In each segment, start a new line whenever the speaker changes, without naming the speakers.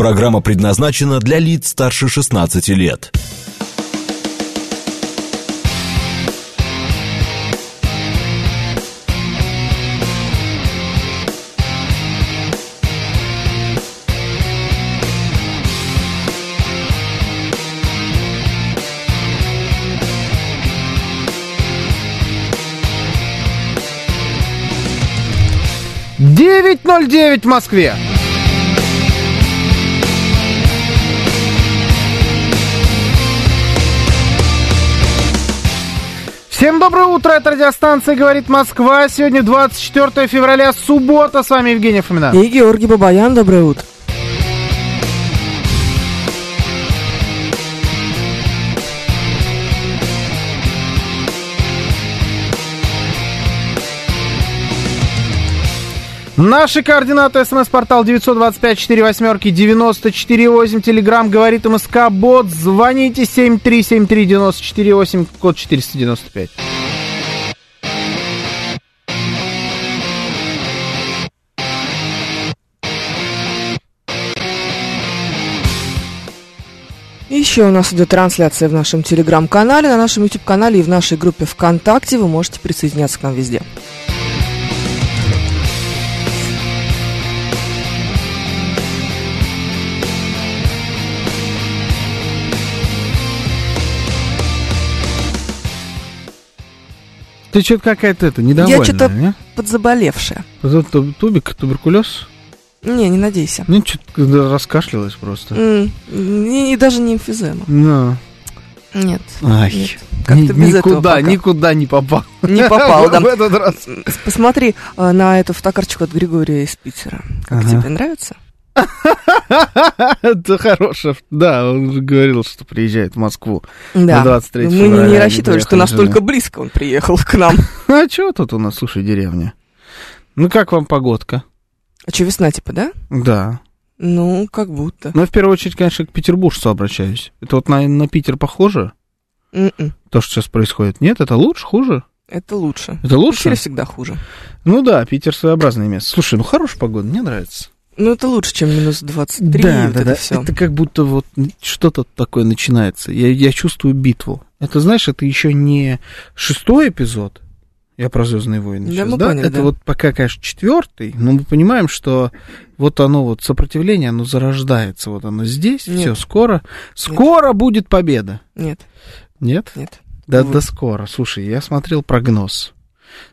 Программа предназначена для лиц старше 16 лет.
9.09 в Москве. Всем доброе утро, это радиостанция «Говорит Москва». Сегодня 24 февраля, суббота. С вами Евгений Фомина.
И Георгий Бабаян, доброе утро.
Наши координаты. СМС-портал 925-48-94-8. Телеграмм «Говорит МСК Бот». Звоните 7373-94-8, код 495.
И Еще у нас идет трансляция в нашем телеграм-канале, на нашем YouTube-канале и в нашей группе ВКонтакте. Вы можете присоединяться к нам везде.
Ты что-то какая-то это, недовольная, а?
Я чё-то-
не?
Подзаболевшая.
Вот этот туб- тубик, туберкулез.
Не, не надейся.
Ну, что-то раскашлялась просто.
М, не- И даже не эмфизема.
Да.
Нет.
Ай.
Нет. Как-то без этого
никуда,
пока.
никуда не попал.
Не попал, да.
В этот раз.
Посмотри э, на эту фотокарточку от Григория из Питера. Как
Ага.
тебе нравится?
Это хорошая. Да, он же говорил, что приезжает в Москву. На 23
Ну, Мы не-
февраля
не
они
рассчитывали, что
приехали
настолько
сюда.
близко он приехал к нам.
А что тут у нас, слушай, деревня? Ну, как вам погодка?
А что, весна типа, да?
Да.
Ну, как будто.
Ну, в первую очередь, конечно, к петербуржцу обращаюсь. Это вот на, на Питер похоже?
М-м,
То, что сейчас происходит. Нет, это лучше, хуже?
Это лучше.
Это лучше?
Питере всегда хуже.
Ну да, Питер своеобразное место. Слушай, ну хорошая погода, мне нравится.
Ну, это лучше, чем минус 23,
да,
вот
да,
это
да.
все.
Это как будто вот что-то такое начинается. Я, я чувствую битву. Это, знаешь, это еще не шестой эпизод. Я про Звездные войны.
Да,
сейчас,
мы
да?
поняли,
это
да.
вот пока, конечно, четвертый, но мы понимаем, что вот оно вот сопротивление, оно зарождается, вот оно здесь,
Нет.
все скоро, скоро будет победа.
Нет,
Нет?
нет.
Да,
Вот.
да, скоро. Слушай, я смотрел прогноз.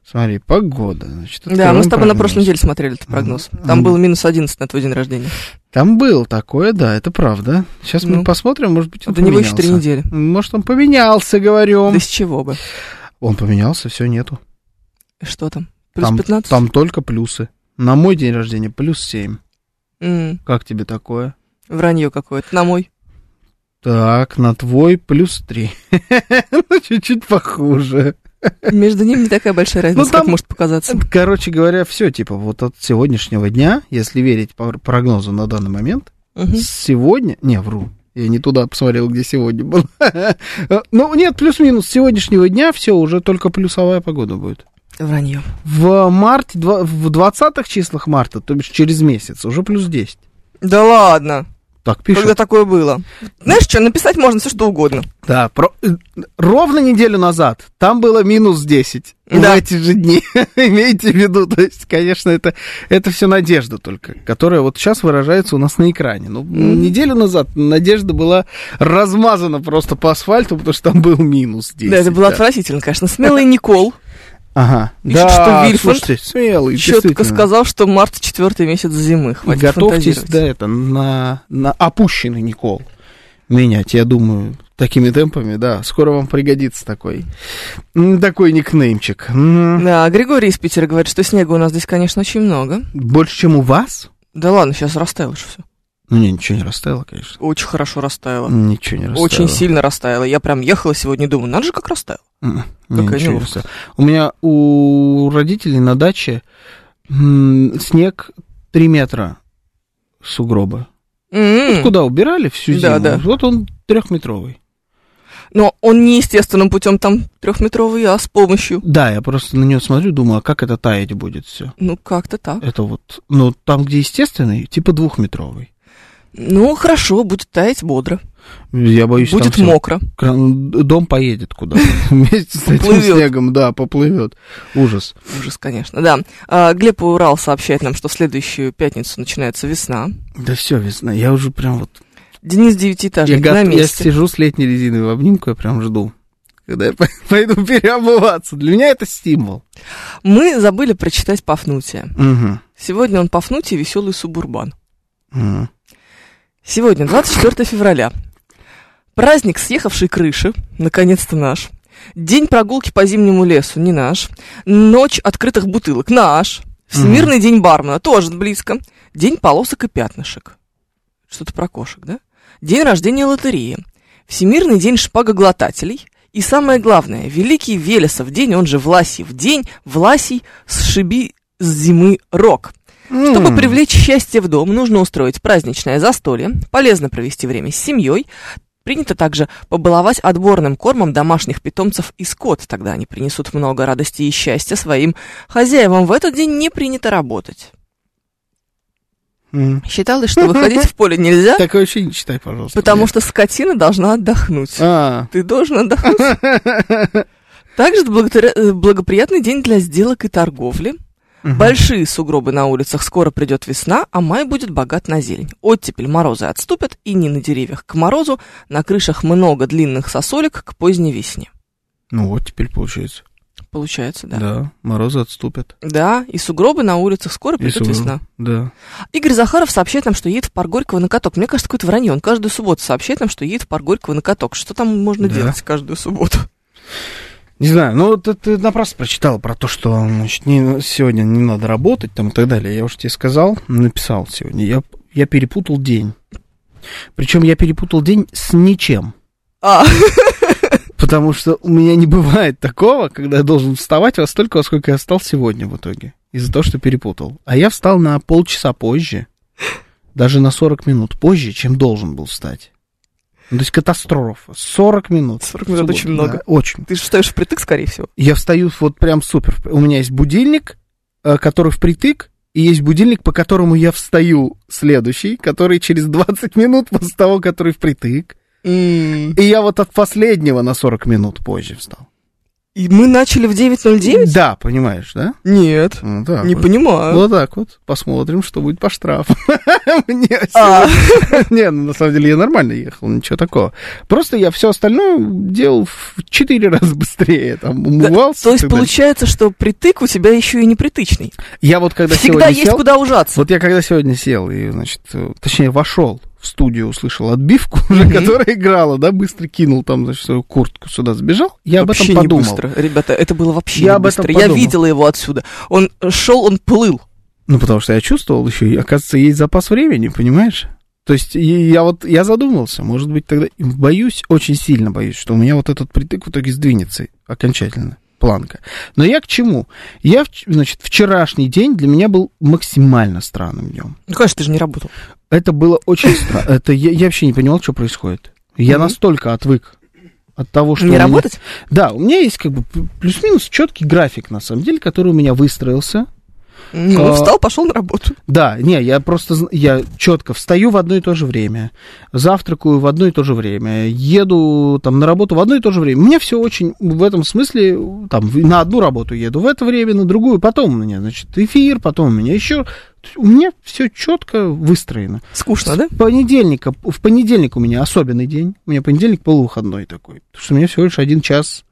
Смотри, погода. Значит,
да, мы с
открываем
тобой на
прогноз.
прошлой неделе смотрели этот прогноз. Там
Мгм.
было минус 11 на твой день рождения.
Там было такое, да, это правда. Сейчас мы
Ну.
посмотрим, может быть, он
До него еще
поменялся.
3 недели.
Может, он поменялся, говорю.
Да с чего бы?
Он поменялся, все нету.
Что там? Плюс
там,
15?
там только плюсы. На мой день рождения плюс 7.
М,
Как тебе такое?
Вранье какое-то. На мой.
Так, на твой плюс 3. Ну, чуть-чуть похуже.
Между ними не такая большая разница, как
Ну, там-
может показаться.
Короче говоря, все, типа, вот от сегодняшнего дня, если верить по прогнозу на данный момент,
Мгм.
сегодня... Не, вру. Я не туда посмотрел, где сегодня был. Ну, нет, плюс-минус. С сегодняшнего дня все, уже только плюсовая погода будет.
Вранье.
В марте, два- в 20 числах марта, то бишь через месяц, уже плюс 10.
Да ладно,
Так пишут.
когда такое было. Знаешь что, написать можно все что угодно.
Да, про- э, ровно неделю назад там было минус 10
Да.
в эти же дни. Имейте в виду, то есть, конечно, это, это все надежда только, которая вот сейчас выражается у нас на экране. Ну,
Мгм.
неделю назад надежда была размазана просто по асфальту, потому что там был минус 10.
да, это было
да.
отвратительно, конечно. Смелый Никол
Ага.
Пишет, что Вильфанд
слушайте, смелый,
четко
действительно.
сказал, что март четвертый месяц зимы.
И
Хватит
готовьтесь,
фантазировать.
да, это, на, на опущенный Никол менять, я думаю, такими темпами, да. Скоро вам пригодится такой, м, такой никнеймчик. М,
Да, Григорий из Питера говорит, что снега у нас здесь, конечно, очень много.
Больше, чем у вас?
Да ладно, сейчас растаяло же все.
Ну, не, ничего не растаяло, конечно.
Очень хорошо растаяло.
Ничего не растаяло.
Очень сильно растаяло. Я прям ехала сегодня и думаю, надо же как растаяло.
М, не,
Какая
ничего не
неловкость.
растаяло. У меня у родителей на даче м, снег 3 метра сугроба.
М-м.
Куда убирали всю зиму?
Да, да.
Вот он трехметровый.
Но он не естественным путем там трехметровый, а с помощью.
Да, я просто на нее смотрю, думаю, а как это таять будет все?
Ну, как-то так.
Это вот, ну, там, где естественный, типа двухметровый.
Ну, хорошо, будет таять бодро.
Я боюсь, там
будет
всё.
мокро.
Кран- Дом поедет куда-то вместе с этим
Поплывёт.
снегом, да, поплывет. Ужас.
Ужас, конечно, да. А, Глеб Урал сообщает нам, что в следующую пятницу начинается весна.
Да все, весна. Я уже прям вот...
Денис
Я,
Девятиэтажник
гад-
на
я
месте.
сижу с летней резиной в обнимку, я прям жду, когда я по- пойду переобуваться. Для меня это стимул.
Мы забыли прочитать Пафнутия.
Угу.
Сегодня он Пафнутий, веселый субурбан.
Угу.
Сегодня, 24 февраля. Праздник съехавшей крыши, наконец-то наш. День прогулки по зимнему лесу, не наш. Ночь открытых бутылок, наш. Всемирный день бармена, тоже близко. День полосок и пятнышек. Что-то про кошек, да? День рождения лотереи. Всемирный день шпагоглотателей. И самое главное, Великий Велесов день, он же Власьев день, Власий сшиби с зимы рок. Чтобы
Хм.
привлечь счастье в дом, нужно устроить праздничное застолье, полезно провести время с семьей. Принято также побаловать отборным кормом домашних питомцев и скот. Тогда они принесут много радости и счастья своим хозяевам. В этот день не принято работать. Считалось, что выходить в поле нельзя,
Такое вообще не читай, пожалуйста.
потому что скотина должна отдохнуть.
А.
Ты должен отдохнуть. Также это благодаря- э, благоприятный день для сделок и торговли. Большие сугробы на улицах, скоро придет весна, а май будет богат на зелень. Оттепель морозы отступят, и не на деревьях к морозу, на крышах много длинных сосолек к поздней весне.
Ну вот теперь получается.
Получается, да. Да,
Да, морозы отступят.
и сугробы на улицах, скоро
И
придет
сугробы.
весна.
Да.
Игорь Захаров сообщает нам, что едет в парк Горького на каток. Мне кажется, какое-то вранье. Он каждую субботу сообщает нам, что едет в парк Горького на каток. Что там можно
Да.
делать каждую субботу?
Не знаю, ну вот ты напрасно прочитал про то, что значит, не- сегодня не надо работать там и так далее. Я уже тебе сказал, написал сегодня. Я, я перепутал день. Причем я перепутал день с ничем.
А,
Потому что у меня не бывает такого, когда я должен вставать во столько, во сколько я встал сегодня в итоге. Из-за того, что перепутал. А я встал на полчаса позже, даже на 40 минут позже, чем должен был встать. Ну, то есть катастрофа. 40 минут.
40 минут очень
Да,
много.
очень.
ты же встаешь впритык, скорее всего.
Я встаю вот прям супер. У меня есть будильник, э, который впритык, и есть будильник, по которому я встаю следующий, который через 20 минут после того, который впритык.
М,
И я вот от последнего на 40 минут позже встал.
И мы начали в 9.09?
Да, понимаешь, да?
Нет,
Ну, да
не
вот.
понимаю.
Вот так вот. Посмотрим, что будет по штрафу. Мне
А.
сегодня- Не, ну, на самом деле я нормально ехал, ничего такого. Просто я все остальное делал в 4 раза быстрее. Там
Да,
умывался.
То
и
есть
так далее.
получается, что притык у тебя еще и не притычный.
Я вот когда
Всегда
сегодня
есть
сел...
куда ужаться.
Вот я когда сегодня сел и, значит, э, точнее, вошел в студию, услышал отбивку уже,
Мгм.
которая играла, да, быстро кинул там, значит, свою куртку сюда сбежал. Я об
вообще
этом
не
подумал.
быстро, ребята, это было вообще
Я
не
об этом
быстро. Я
подумал.
видела его отсюда. Он шел, он плыл.
Ну, потому что я чувствовал еще, и, оказывается, есть запас времени, понимаешь? То есть и я вот, я задумался, может быть, тогда и боюсь, очень сильно боюсь, что у меня вот этот притык в итоге сдвинется окончательно, планка. Но я к чему? Я, вч- значит, вчерашний день для меня был максимально странным днем.
Ну, конечно, ты же не работал.
Это было очень странно. Это я, я вообще не понимал, что происходит. Я
Мгм.
настолько отвык от того, что... у
не
меня-
работать?
Да, у меня есть как бы п- плюс-минус четкий график, на самом деле, который у меня выстроился.
Ну,
А.
встал, пошел на работу.
Да, не, я просто зн- я четко встаю в одно и то же время, завтракаю в одно и то же время, еду там на работу в одно и то же время. Мне все очень в этом смысле там в- на одну работу еду в это время, на другую потом у меня значит эфир, потом у меня еще. У меня все четко выстроено.
Скучно, да?
С понедельника, в понедельник у меня особенный день. У меня понедельник полувыходной такой. Потому что у меня всего лишь один час.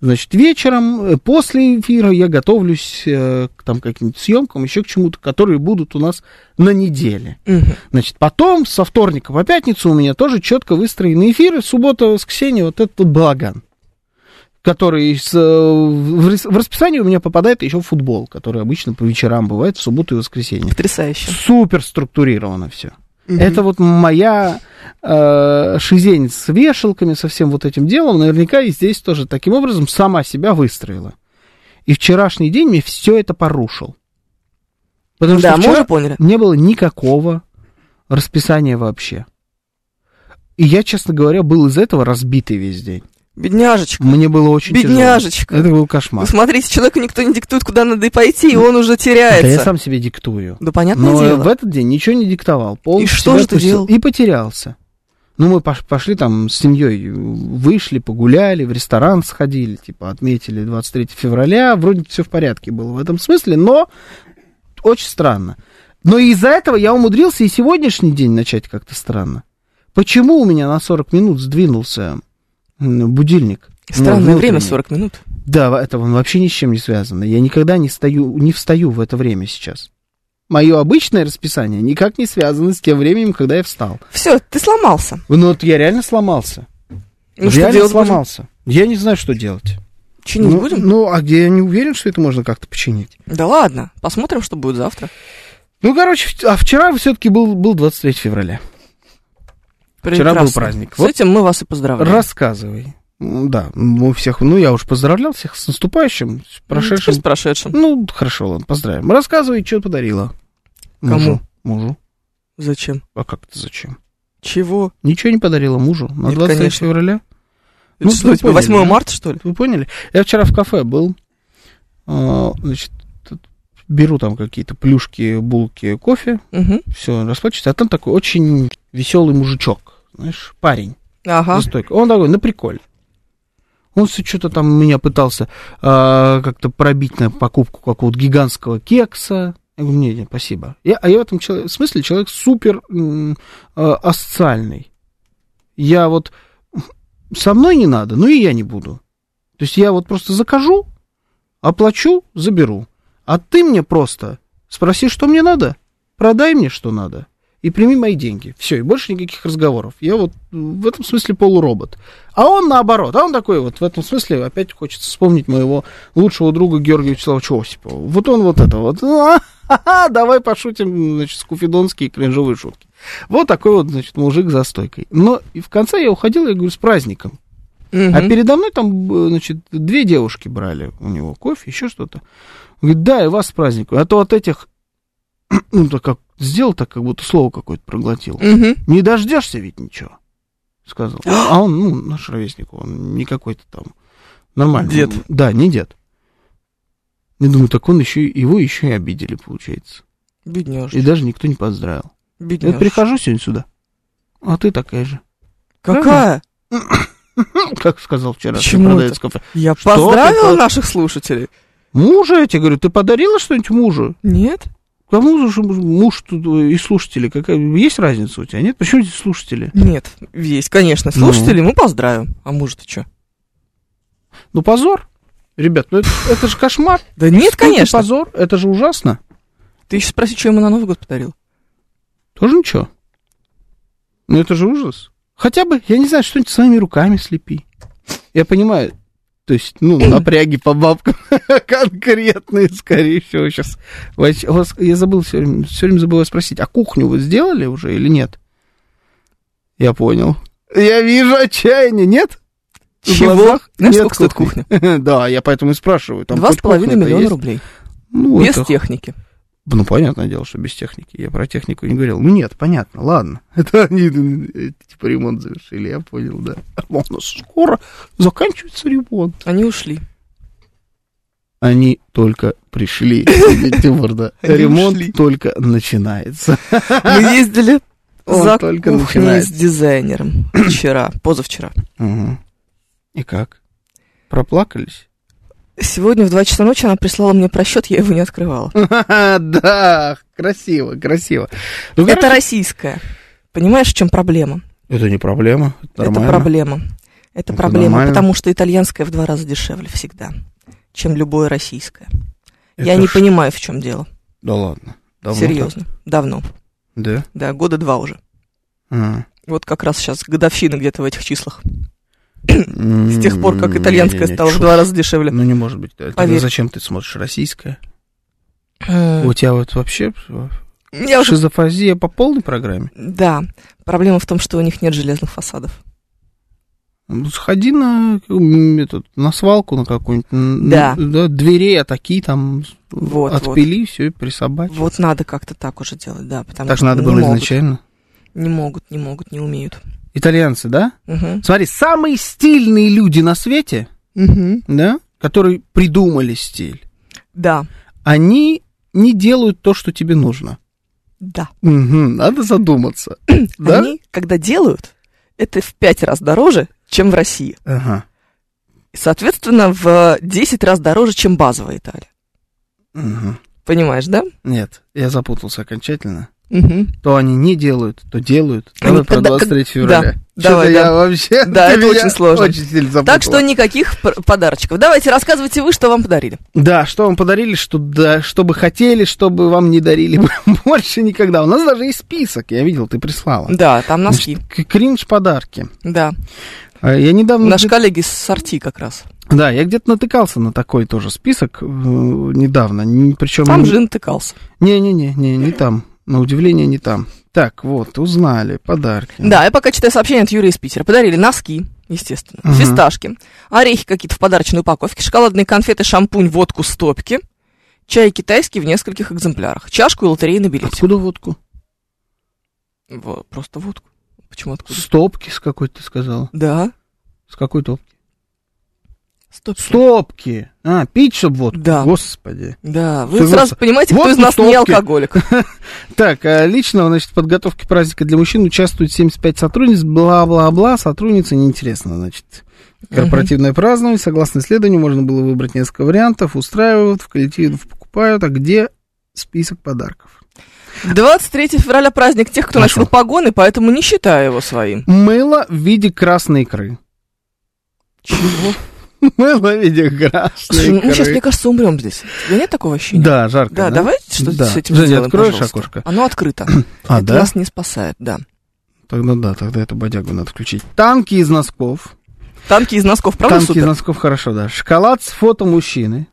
Значит, вечером, э, после эфира я готовлюсь э, к там, каким-нибудь съемкам, еще к чему-то, которые будут у нас на неделе.
Мгм.
Значит, потом, со вторника по пятницу у меня тоже четко выстроены эфиры. Суббота, воскресенье, вот этот балаган. Который с, э, в рас- в расписание у меня попадает еще футбол, который обычно по вечерам бывает в субботу и воскресенье.
Потрясающе.
Супер структурировано все.
Мгм.
Это вот моя э, шизень с вешалками, со всем вот этим делом, наверняка и здесь тоже таким образом сама себя выстроила. И вчерашний день мне все это порушил. Потому
Да,
что
мы
вчера
уже поняли.
не было никакого расписания вообще. И я, честно говоря, был из этого разбитый весь день.
Бедняжечка.
Мне было очень
Бедняжечка.
тяжело. Это был
Вы
кошмар.
смотрите, человеку никто не диктует, куда надо и пойти, и он уже
Да я
теряется.
сам Ну, себе диктую.
Да понятное
Но
дело.
в этот день ничего не диктовал. Пол
И что
себя
же ты
отпустил.
делал?
И потерялся. Ну, мы пош- пошли там с семьей, вышли, погуляли, в ресторан сходили, типа, отметили 23 февраля, вроде все в порядке было в этом смысле, но очень странно. Но из-за этого я умудрился и сегодняшний день начать как-то странно. Почему у меня на 40 минут сдвинулся м, будильник? Ну,
Странное
внутренний.
время, 40 минут.
Да, это он вообще ни с чем не связано. Я никогда не, стою, не встаю в это время сейчас. Мое обычное расписание никак не связано с тем временем, когда я встал.
Все, ты сломался.
Ну вот я реально сломался.
Ну что
реально
делать будем?
сломался. Я не знаю, что делать.
Чинить
ну,
будем?
ну, а я не уверен, что это можно как-то починить.
Да ладно, посмотрим, что будет завтра.
Ну, короче, в- а вчера все-таки был, был 23 февраля. Вчера был
Прекрасно.
праздник.
С
Вот
этим мы вас и поздравляем.
рассказывай. М, Да, мы всех, ну, я уж поздравлял всех с наступающим, с
Ну, теперь
прошедшим
С прошедшим.
Ну, хорошо, ладно, поздравим. Рассказывай, что подарила.
Кому?
Мужу. Мужу.
Зачем?
А как это зачем?
Чего?
Ничего не подарила мужу на
Нет,
23
конечно.
февраля.
Это
Ну,
что,
вы
типа 8
поняли, да?
марта, что ли?
Вы поняли? Я вчера в кафе был. А, Значит, тут беру там какие-то плюшки, булки, кофе.
Мгм.
Все, расплачиваюсь. А там такой очень веселый мужичок. Знаешь, парень.
Ага.
за стойкой. Он такой, на приколе. Он все что-то там меня пытался а, как-то пробить на покупку какого-то гигантского кекса. Я говорю, не, не, спасибо. Я, а я в этом чело- смысле человек супер м, а, асоциальный. Я вот со мной не надо, ну и я не буду. То есть я вот просто закажу, оплачу, заберу. А ты мне просто спроси, что мне надо, продай мне, что надо, и прими мои деньги. Все, и больше никаких разговоров. Я вот в этом смысле полуробот. А он наоборот, а он такой вот, в этом смысле опять хочется вспомнить моего лучшего друга Георгия Вячеславовича Осипова. Вот он вот это вот. Ну, а, давай пошутим, значит, скуфидонские кринжовые шутки. Вот такой вот, значит, мужик за стойкой. Но и в конце я уходил, я говорю, с праздником.
Мгм.
А передо мной там, б- значит, две девушки брали у него кофе, еще что-то. Он говорит, да, и вас с праздником. А то от этих, ну, так как сделал так, как будто слово какое-то проглотил.
Мгм.
Не дождешься ведь ничего, сказал. А он, ну, наш ровесник, он не какой-то там нормальный.
Дед.
Да, не дед. Я думаю, так он еще, и- его еще и обидели, получается.
Бедняжечка.
И даже никто не поздравил. Я
Бедняжечка.
прихожу сегодня сюда, а ты такая же.
Какая?
Как сказал вчера
Почему
продавец кафе.
Я
Что
поздравила
такое?
наших слушателей.
Мужа, я тебе говорю, ты подарила что-нибудь мужу?
Нет?
Кому же муж тут э, и слушатели? Какая, есть разница у тебя, нет? Почему здесь слушатели?
Нет, есть, конечно.
Ну.
Слушатели, мы поздравим. А может, ты что?
Ну, позор. Ребят, ну это, это же кошмар.
Да нет,
Какой
конечно.
Позор, это же ужасно.
Ты еще спроси, что ему на Новый год подарил.
Тоже ничего. Ну, это же ужас. Хотя бы, я не знаю, что-нибудь своими руками слепи. Я понимаю, то есть, ну, напряги по бабкам конкретные, скорее всего, сейчас. Я забыл все время, все время забываю спросить, а кухню вы сделали уже или нет? Я понял. Я вижу отчаяние, нет? В
Чего?
глазах
Знаешь,
нет
сколько стоит кухня?
Да, я поэтому и спрашиваю. там
Два с
хоть
половиной
кухня-то
миллиона
есть?
рублей.
Ну,
Без
это
техники.
ну, понятное дело, что без техники. Я про технику не говорил. Ну, нет, понятно, ладно. Это они, э, типа, ремонт завершили, я понял, да. Но у нас скоро заканчивается ремонт.
Они ушли.
Они только пришли, Тимур, да.
Они
Ремонт
ушли.
только начинается.
Мы ездили
Он
за
только
кухней с
начинается.
дизайнером вчера, позавчера.
Мгм. И как? Проплакались?
Сегодня в 2 часа ночи она прислала мне просчет, я его не открывала.
Да, красиво, красиво. Ну,
Это
короче,
российская. Понимаешь, в чем проблема?
Это не проблема, это
Это
нормально.
проблема.
Это
Это, проблема,
нормально.
потому что итальянская в два раза дешевле всегда, чем любое российское. я
Это
не
ж-
понимаю, в чем дело.
Да ладно. Давно так?
Серьезно. Давно.
Да?
Да, года два уже.
А.
Вот как раз сейчас годовщина где-то в этих числах. С тех пор, как итальянская
М-м-м, Не-не-не,
стала в
чушь.
два раза дешевле.
Ну не может быть. Тогда
Поверь.
зачем ты смотришь российское?
М,
У тебя вот вообще э,
Я уже...
шизофазия по полной программе.
Да. Проблема в том, что у них нет железных фасадов.
Ну, Сходи на, м, этот, на свалку на какую-нибудь. н-
Да.
н- да. Двери, а такие там с-
Вот,
отпили, все, и присобачь.
Вот надо как-то так уже делать, да. Потому
так
что
надо
не
было
могут.
изначально.
Не могут, не могут, не умеют.
Итальянцы, да?
Мгм.
Смотри, самые стильные люди на свете,
Мгм.
да, которые придумали стиль,
Да,
они не делают то, что тебе нужно.
да.
Мгм, надо задуматься. да?
Они, когда делают, это в пять раз дороже, чем в России.
Ага.
Соответственно, в 10 раз дороже, чем базовая Италия.
Мгм.
Понимаешь, да?
Нет, я запутался окончательно.
Мгм.
То они не делают, то делают.
Они
Давай про
когда-
23 февраля.
да,
Что-то
давай,
я
да.
вообще...
Да,
ты
это
меня
очень сложно.
Очень сильно запутала.
Так что никаких пр- подарочков. Давайте, рассказывайте вы, что вам подарили.
Да, что вам подарили, что, да, что бы хотели, чтобы вам не дарили больше никогда. У нас даже есть список, я видел, ты прислала.
Да, там носки.
Значит, к- кринж подарки.
Да.
А, Я недавно...
Наши коллеги с сорти как раз.
Да, я где-то натыкался на такой тоже список э, недавно. Причем...
Там же натыкался.
Не-не-не, не, не там. На удивление, не там. Так, вот, узнали подарки.
Да, я пока читаю сообщение от Юрия из Питера. Подарили носки, естественно,
Мгм.
фисташки, орехи какие-то в подарочной упаковке, шоколадные конфеты, шампунь, водку стопки, чай китайский в нескольких экземплярах, чашку и лотерейный билетик.
Откуда водку?
Во, просто водку. Почему откуда?
Стопки с какой-то ты сказала.
Да.
С какой топки?
Стопки.
Стопки! А, пить, чтобы водку.
Да.
Господи.
Да, вы
Согласен.
сразу понимаете, кто
Вот
из нас не
тусовки.
алкоголик.
Так, а лично, значит, в подготовке праздника для мужчин участвует 75 сотрудниц, бла-бла-бла, сотрудницы неинтересно, значит. Корпоративное празднование, согласно исследованию, можно было выбрать несколько вариантов, устраивают, в коллективе покупают, а где список подарков?
23 февраля праздник тех, кто
Нашел.
носил погоны, поэтому не считаю его своим.
Мыло в виде красной икры.
Чего?
Мыло в виде красной
Слушай, ну, мы сейчас, мне
икры.
кажется, умрем здесь. У тебя нет такого ощущения?
Да, жарко,
Да, давай что
Да.
с этим
Женя,
сделаем,
откроешь
пожалуйста.
окошко?
Оно открыто.
А,
Это
да?
нас не спасает, да.
Тогда да, тогда эту бодягу надо включить. Танки из носков.
Танки из носков, правда,
Танки из
супер?
носков хорошо, да. Шоколад с фото мужчины.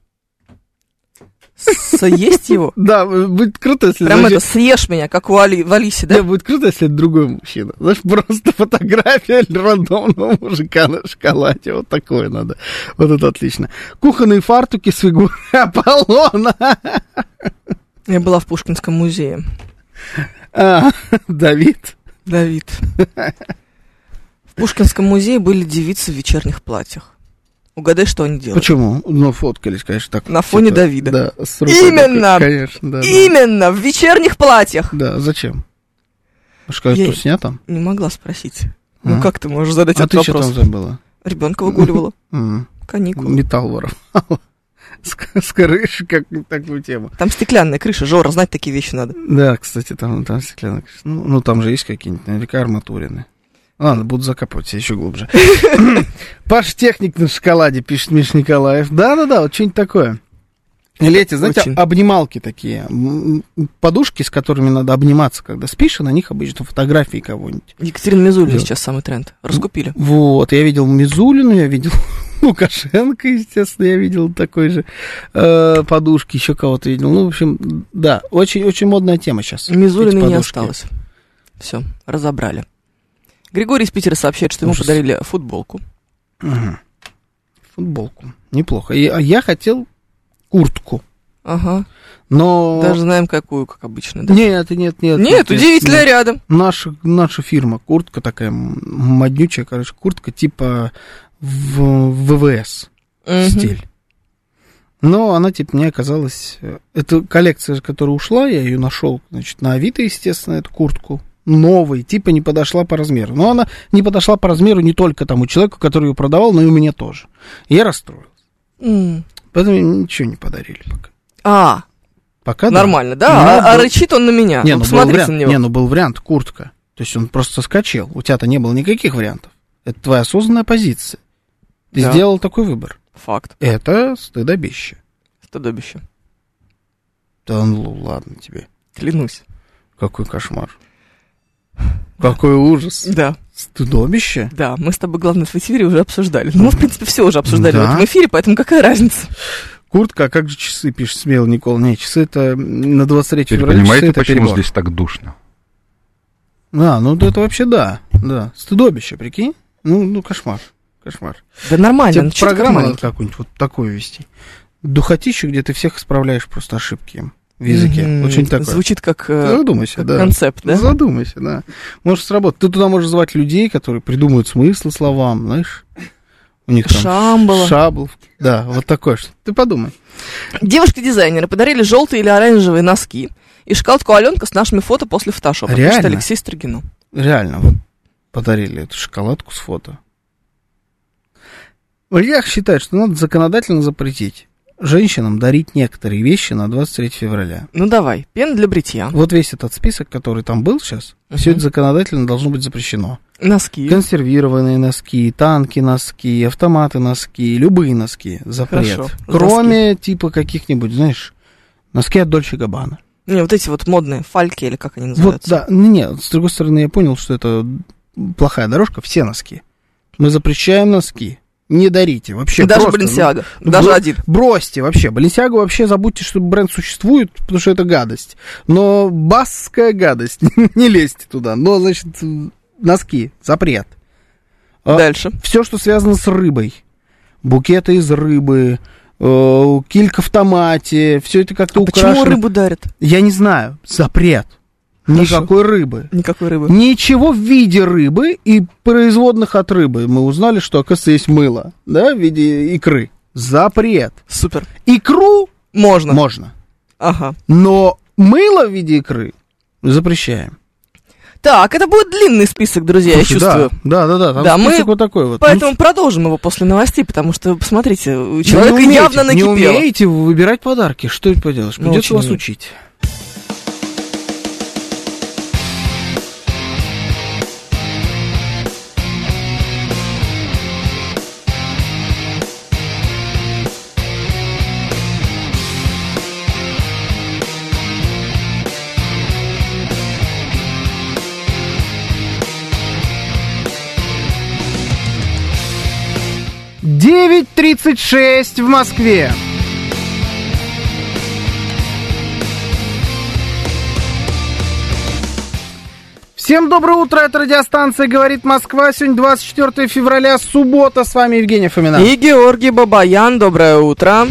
С- Съесть его?
Да, э, будет круто, если...
Прям
зайдёт-
это, съешь меня, как у Али, в Алисе,
Да,
да?
будет круто, если это другой мужчина. Знаешь, просто фотография рандомного мужика на шоколаде. Вот такое надо. Вот это отлично. Кухонные фартуки с фигурой Аполлона.
Я была в Пушкинском музее.
А, Давид.
Давид. В Пушкинском музее были девицы в вечерних платьях. Угадай, что они делают.
Почему? Ну, фоткались, конечно, так.
На фоне
типа,
Давида.
Да, с рукой
Именно!
такой, Конечно, да. да.
Именно, в вечерних платьях.
Да, зачем? Шоколад
Я-
тут снято?
Не могла спросить. Ну
А.
как ты можешь задать
А
этот
ты что
вопрос?
там забыла?
Ребенка выгуливала.
М,
Каникулы.
Металл воровала. С с крыши, как такую тему.
Там стеклянная крыша, Жора, знать такие вещи надо.
Да, кстати, там, там стеклянная крыша. Ну, ну, там же есть какие-нибудь наверняка арматурины. Ладно, буду закапывать себя еще глубже. Паш техник на шоколаде, пишет Миша Николаев. Да-да-да, вот что-нибудь такое. Или эти, знаете,
Очень.
обнималки такие. м, м, Подушки, с которыми надо обниматься, когда спишь, и на них обычно фотографии кого-нибудь.
Екатерина Мизулина
Да.
сейчас самый тренд. Раскупили.
Вот, я видел Мизулину, я видел Лукашенко, естественно, я видел такой же э, подушки, еще кого-то видел. Ну, в общем, да, очень-очень модная тема сейчас.
Мизулина
эти
не
подушки.
осталось. Все, разобрали. Григорий из Питера сообщает, что ему
Ужас.
подарили футболку.
Мгм. Футболку. Неплохо. И- а я хотел куртку,
Ага.
но...
Даже знаем, какую, как обычно, да?
Нет, нет, нет.
Нет, удивительно
нет.
рядом.
Наша, наша фирма, куртка такая м- моднючая, короче, куртка типа в ВВС
Мгм.
стиль. Но она, типа, мне оказалась... э, Это коллекция, которая ушла, я ее нашел, значит, на Авито, естественно, эту куртку. Новой, типа, не подошла по размеру. Но она не подошла по размеру не только тому человеку, который ее продавал, но и у меня тоже. Я расстроил.
М.
Поэтому мне ничего не подарили пока.
А,
Пока да.
нормально, да?
Ну,
А- а,
был-
рычит он на меня.
Не, ну,
Вы
был
посмотрите
вариант,
на него.
не, ну был вариант куртка. То есть он просто соскочил. У тебя-то не было никаких вариантов. Это твоя осознанная позиция. Ты
Да.
сделал такой выбор.
Факт.
Это стыдобище.
Стыдобище.
Да ну ладно тебе.
Клянусь.
Какой кошмар. Какой ужас.
Да.
Стыдобище?
Да, мы с тобой, главное, в эфире уже обсуждали. Ну, мы, в принципе, все уже обсуждали
Да.
в этом эфире, поэтому какая разница?
Куртка, а как же часы, пишет смело Никол. Не, часы это на 23
Теперь
февраля, часы
понимаете,
это
почему
перебор.
здесь так душно?
А, ну это вообще да, да. Стыдобище, прикинь? Ну, ну кошмар, кошмар.
Да нормально,
Тебе
ну чё ты как
программу надо
маленький?
какую-нибудь вот такую вести. Духотищу, где ты всех исправляешь просто ошибки. им. в языке.
Мгм.
Вот что-нибудь такое. Ну,
Звучит как, э,
Задумайся,
как
да. Ну,
концепт, да?
Задумайся, да. Может сработать. Ты туда можешь звать людей, которые придумывают смысл словам, знаешь? У них там
Шамбала.
шабл. Да, вот такое что. Ты подумай.
Девушке-дизайнеры подарили желтые или оранжевые носки и шоколадку Аленка с нашими фото после фотошопа. пишет
Реально?
Алексей Строгину.
Реально, вот подарили эту шоколадку с фото. Я считаю, что надо законодательно запретить женщинам дарить некоторые вещи на 23 февраля.
Ну давай, пен для бритья,
Вот весь этот список, который там был сейчас,
Мгм.
все это законодательно должно быть запрещено.
носки.
Консервированные носки, танки носки, автоматы носки, любые носки запрет.
Хорошо,
Кроме типа каких-нибудь, знаешь, носки от Дольче Габбана.
Не, вот эти вот модные фальки или как они
Вот,
называются.
да, ну, нет, с другой стороны, я понял, что это плохая дорожка, все носки. Мы запрещаем носки. Не дарите вообще.
И даже
просто,
Баленсиага,
ну,
даже
бро-
один.
ну, бросьте вообще. Баленсиагу вообще забудьте, что бренд существует, потому что это гадость. Но басская гадость. Не лезьте туда. Но, значит, носки. Запрет. А-
Дальше.
Все, что связано с рыбой. Букеты из рыбы, э, килька в томате, все это как-то украшено.
А Почему рыбу дарят?
Я не знаю. Запрет.
Хорошо.
Никакой рыбы.
Никакой рыбы.
Ничего в виде рыбы и производных от рыбы. Мы узнали, что, оказывается, есть мыло, да, в виде икры. Запрет.
Супер.
Икру
Можно.
можно,
Ага.
но мыло в виде икры запрещаем.
Так, это будет длинный список, друзья,
Слушай,
я чувствую.
Да, Ну, да, да, да. Там
Да, мы-
список вот такой вот.
Поэтому продолжим его после новостей, потому что, посмотрите, у
Ну,
человека
не умеете,
явно накипело.
Не умеете вы выбирать подарки, что и поделаешь,
Ну,
придется
очень
вас
умею.
учить. Девять тридцать шесть в Москве. Всем доброе утро, это радиостанция «Говорит Москва». Сегодня 24 февраля, суббота. С вами Евгения Фомина.
И Георгий Бабаян, доброе утро.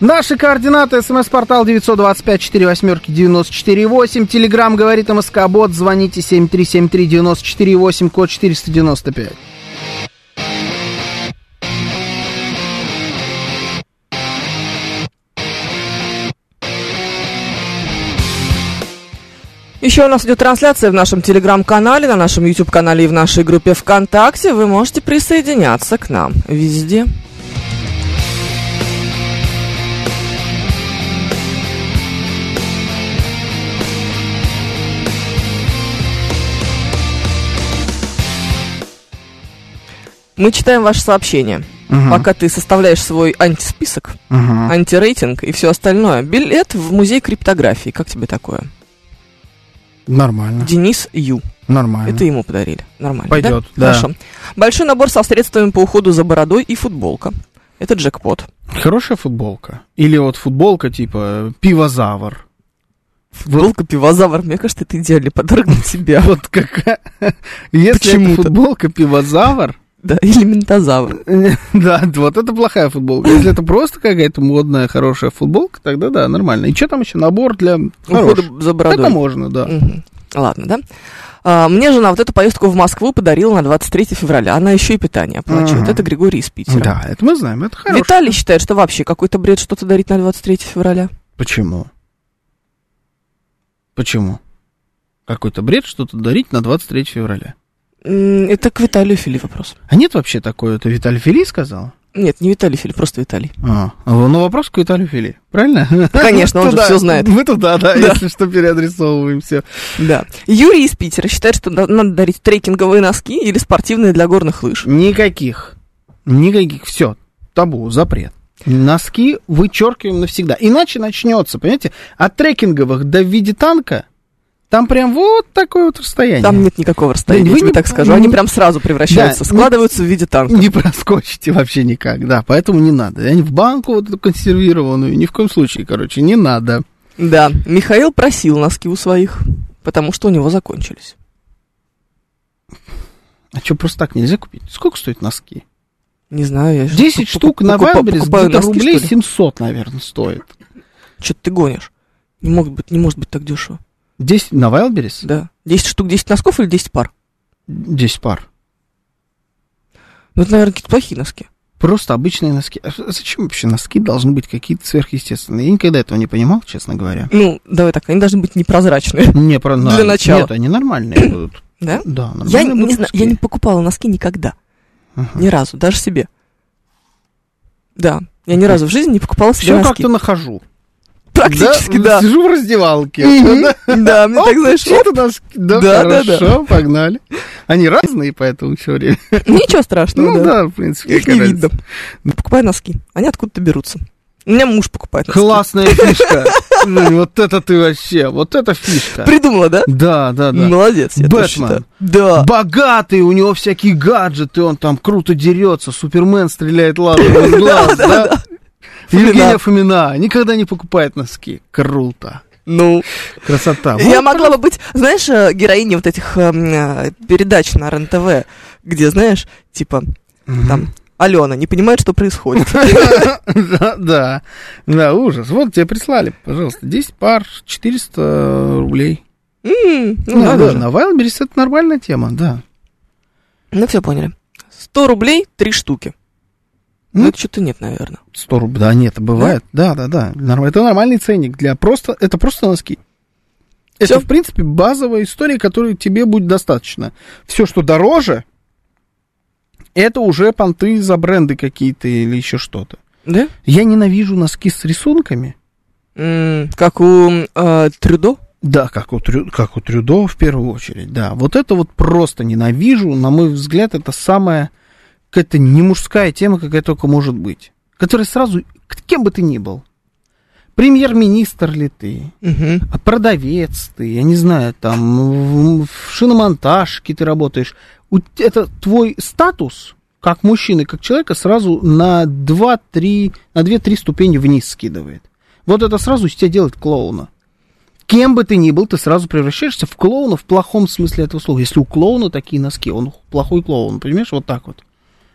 Наши координаты. СМС-портал 925-48-94-8. Телеграмм «Говорит МСК Бот». Звоните 7373-94-8, код 495.
Еще у нас идет трансляция в нашем телеграм-канале, на нашем YouTube-канале и в нашей группе ВКонтакте. Вы можете присоединяться к нам везде. Мы читаем ваши сообщения. Пока ты составляешь свой антисписок,
Мгм.
антирейтинг и все остальное. Билет в музей криптографии. Как тебе такое?
Нормально.
Денис Ю.
Нормально.
Это ему подарили. Нормально.
Пойдет, да.
Хорошо. Большой набор со средствами по уходу за бородой и футболка. Это джекпот.
Хорошая футболка. Или вот футболка типа пивозавр.
Футболка пивозавр. Мне кажется, это идеальный подарок для тебя.
Вот какая. Если Ну, это
Почему-то.
футболка пивозавр,
Да, или ментозавр.
Да, вот это плохая футболка. Если это просто какая-то модная, хорошая футболка, тогда да, нормально. И что там еще? Набор для хороших.
Ухода за
Это
бородой.
можно, да.
Мгм. Ладно, да? А, Мне жена вот эту поездку в Москву подарила на 23 февраля. Она еще и питание оплачивает.
Мгм.
Это Григорий из Питера.
Да, это мы знаем, это хорошо.
Виталий считает, что вообще какой-то бред что-то дарить на 23 февраля.
Почему? Почему? Какой-то бред что-то дарить на 23 февраля.
М, Это к Виталию Фили вопрос.
А нет вообще такое, это Виталий Фили сказал?
Нет, не Виталий Фили, просто Виталий.
А, ну вопрос к Виталию Фили, правильно?
Конечно, он же
Туда.
всё знает.
Мы туда, да,
Да.
если что, переадресовываем все.
Да. Юрий из Питера считает, что да- надо дарить трекинговые носки или спортивные для горных лыж.
Никаких. Никаких. Все. Табу, запрет. Носки вычеркиваем навсегда. Иначе начнется, понимаете, от трекинговых до в виде танка, там прям вот такое вот расстояние.
Там нет никакого расстояния,
Да,
я
вы
тебе
Ну, не-
так скажу. Они
не-
прям сразу превращаются,
Да,
складываются в виде танка.
не проскочите вообще никак, да, поэтому не надо. Я не в банку вот эту консервированную, ни в коем случае, короче, не надо.
Да. Михаил просил носки у своих. потому что у него закончились.
А что, просто так нельзя купить? Сколько стоят носки?
Не знаю, я же
10
покуп-
штук на
покупаю-
Вайлдберрис
покупаю
где-то
носки,
рублей
что ли?
700, наверное, стоит.
Что ты гонишь? Не может быть, не может быть так дешево.
10 на Вайлдберрис?
Да. 10 штук, 10 носков или 10 пар?
10 пар.
Ну, это, наверное, какие-то плохие носки.
Просто обычные носки. А зачем вообще носки должны быть какие-то сверхъестественные? Я никогда этого не понимал, честно говоря.
Ну, давай так, они должны быть непрозрачные.
Не, про, на-
Для начала.
Нет, они нормальные будут.
Да?
Да, нормальные
Я не,
будут
знаю,
носки.
я не покупала носки никогда.
Ага.
Ни разу, даже себе. Да. Я ни разу в жизни не покупала себе
Все
носки.
как-то нахожу.
Практически, да.
Сижу в раздевалке. Ну, Да,
Да, мне так, знаешь, оп,
чьи-то носки. Да,
Да, да, да.
хорошо, погнали. Они разные, поэтому все время.
ничего страшного,
Ну
да.
да, в принципе.
Их не
какая
видно. Ну,
разница.
Покупай носки. Они откуда-то берутся. У меня муж покупает носки.
Классная фишка. Жень, Вот это ты вообще, вот это фишка.
Придумала, да?
Да, да, да.
Молодец, я тоже
Бэтмен.
считаю. Да.
богатый, у него всякие гаджеты, он там круто дерется, Супермен стреляет лазером из глаз, да? Евгения Фомина никогда не покупает носки. Круто.
Ну,
Красота. А Вот
я могла бы быть, знаешь, э, героиней вот этих эм, э, передач на РЕН-ТВ, где, знаешь, типа, там, Алена не понимает, что происходит.
Да, да, да, ужас. Вот тебе прислали, пожалуйста, 10 пар, 400 рублей.
М, Ну,
Ну,
надо
да,
же.
на Wildberries это нормальная тема, да.
Ну, все поняли. 100 рублей, три штуки.
Ну.
Ну, это что-то нет, наверное.
100 рублей, да, нет, бывает, да, да, да. Норм- Это нормальный ценник для просто, это просто носки. Это,
Всё.
в принципе, базовая история, которой тебе будет достаточно. Все, что дороже, это уже понты за бренды какие-то или еще что-то.
Да?
Я ненавижу носки с рисунками.
М, Как у э, Трюдо.
Да, как у, Трю- как у Трюдо в первую очередь, да. Вот это вот просто ненавижу, на мой взгляд, это самая какая-то не мужская тема, какая только может быть. Которая сразу, к- кем бы ты ни был, премьер-министр ли ты,
Мгм.
а продавец ты, я не знаю, там, в, в шиномонтажке ты работаешь, У т- это твой статус как мужчины, как человека сразу на 2-3, на 2-3 ступени вниз скидывает. Вот это сразу из тебя делает клоуна. Кем бы ты ни был, ты сразу превращаешься в клоуна в плохом смысле этого слова. Если у клоуна такие носки, он плохой клоун, понимаешь, вот так вот.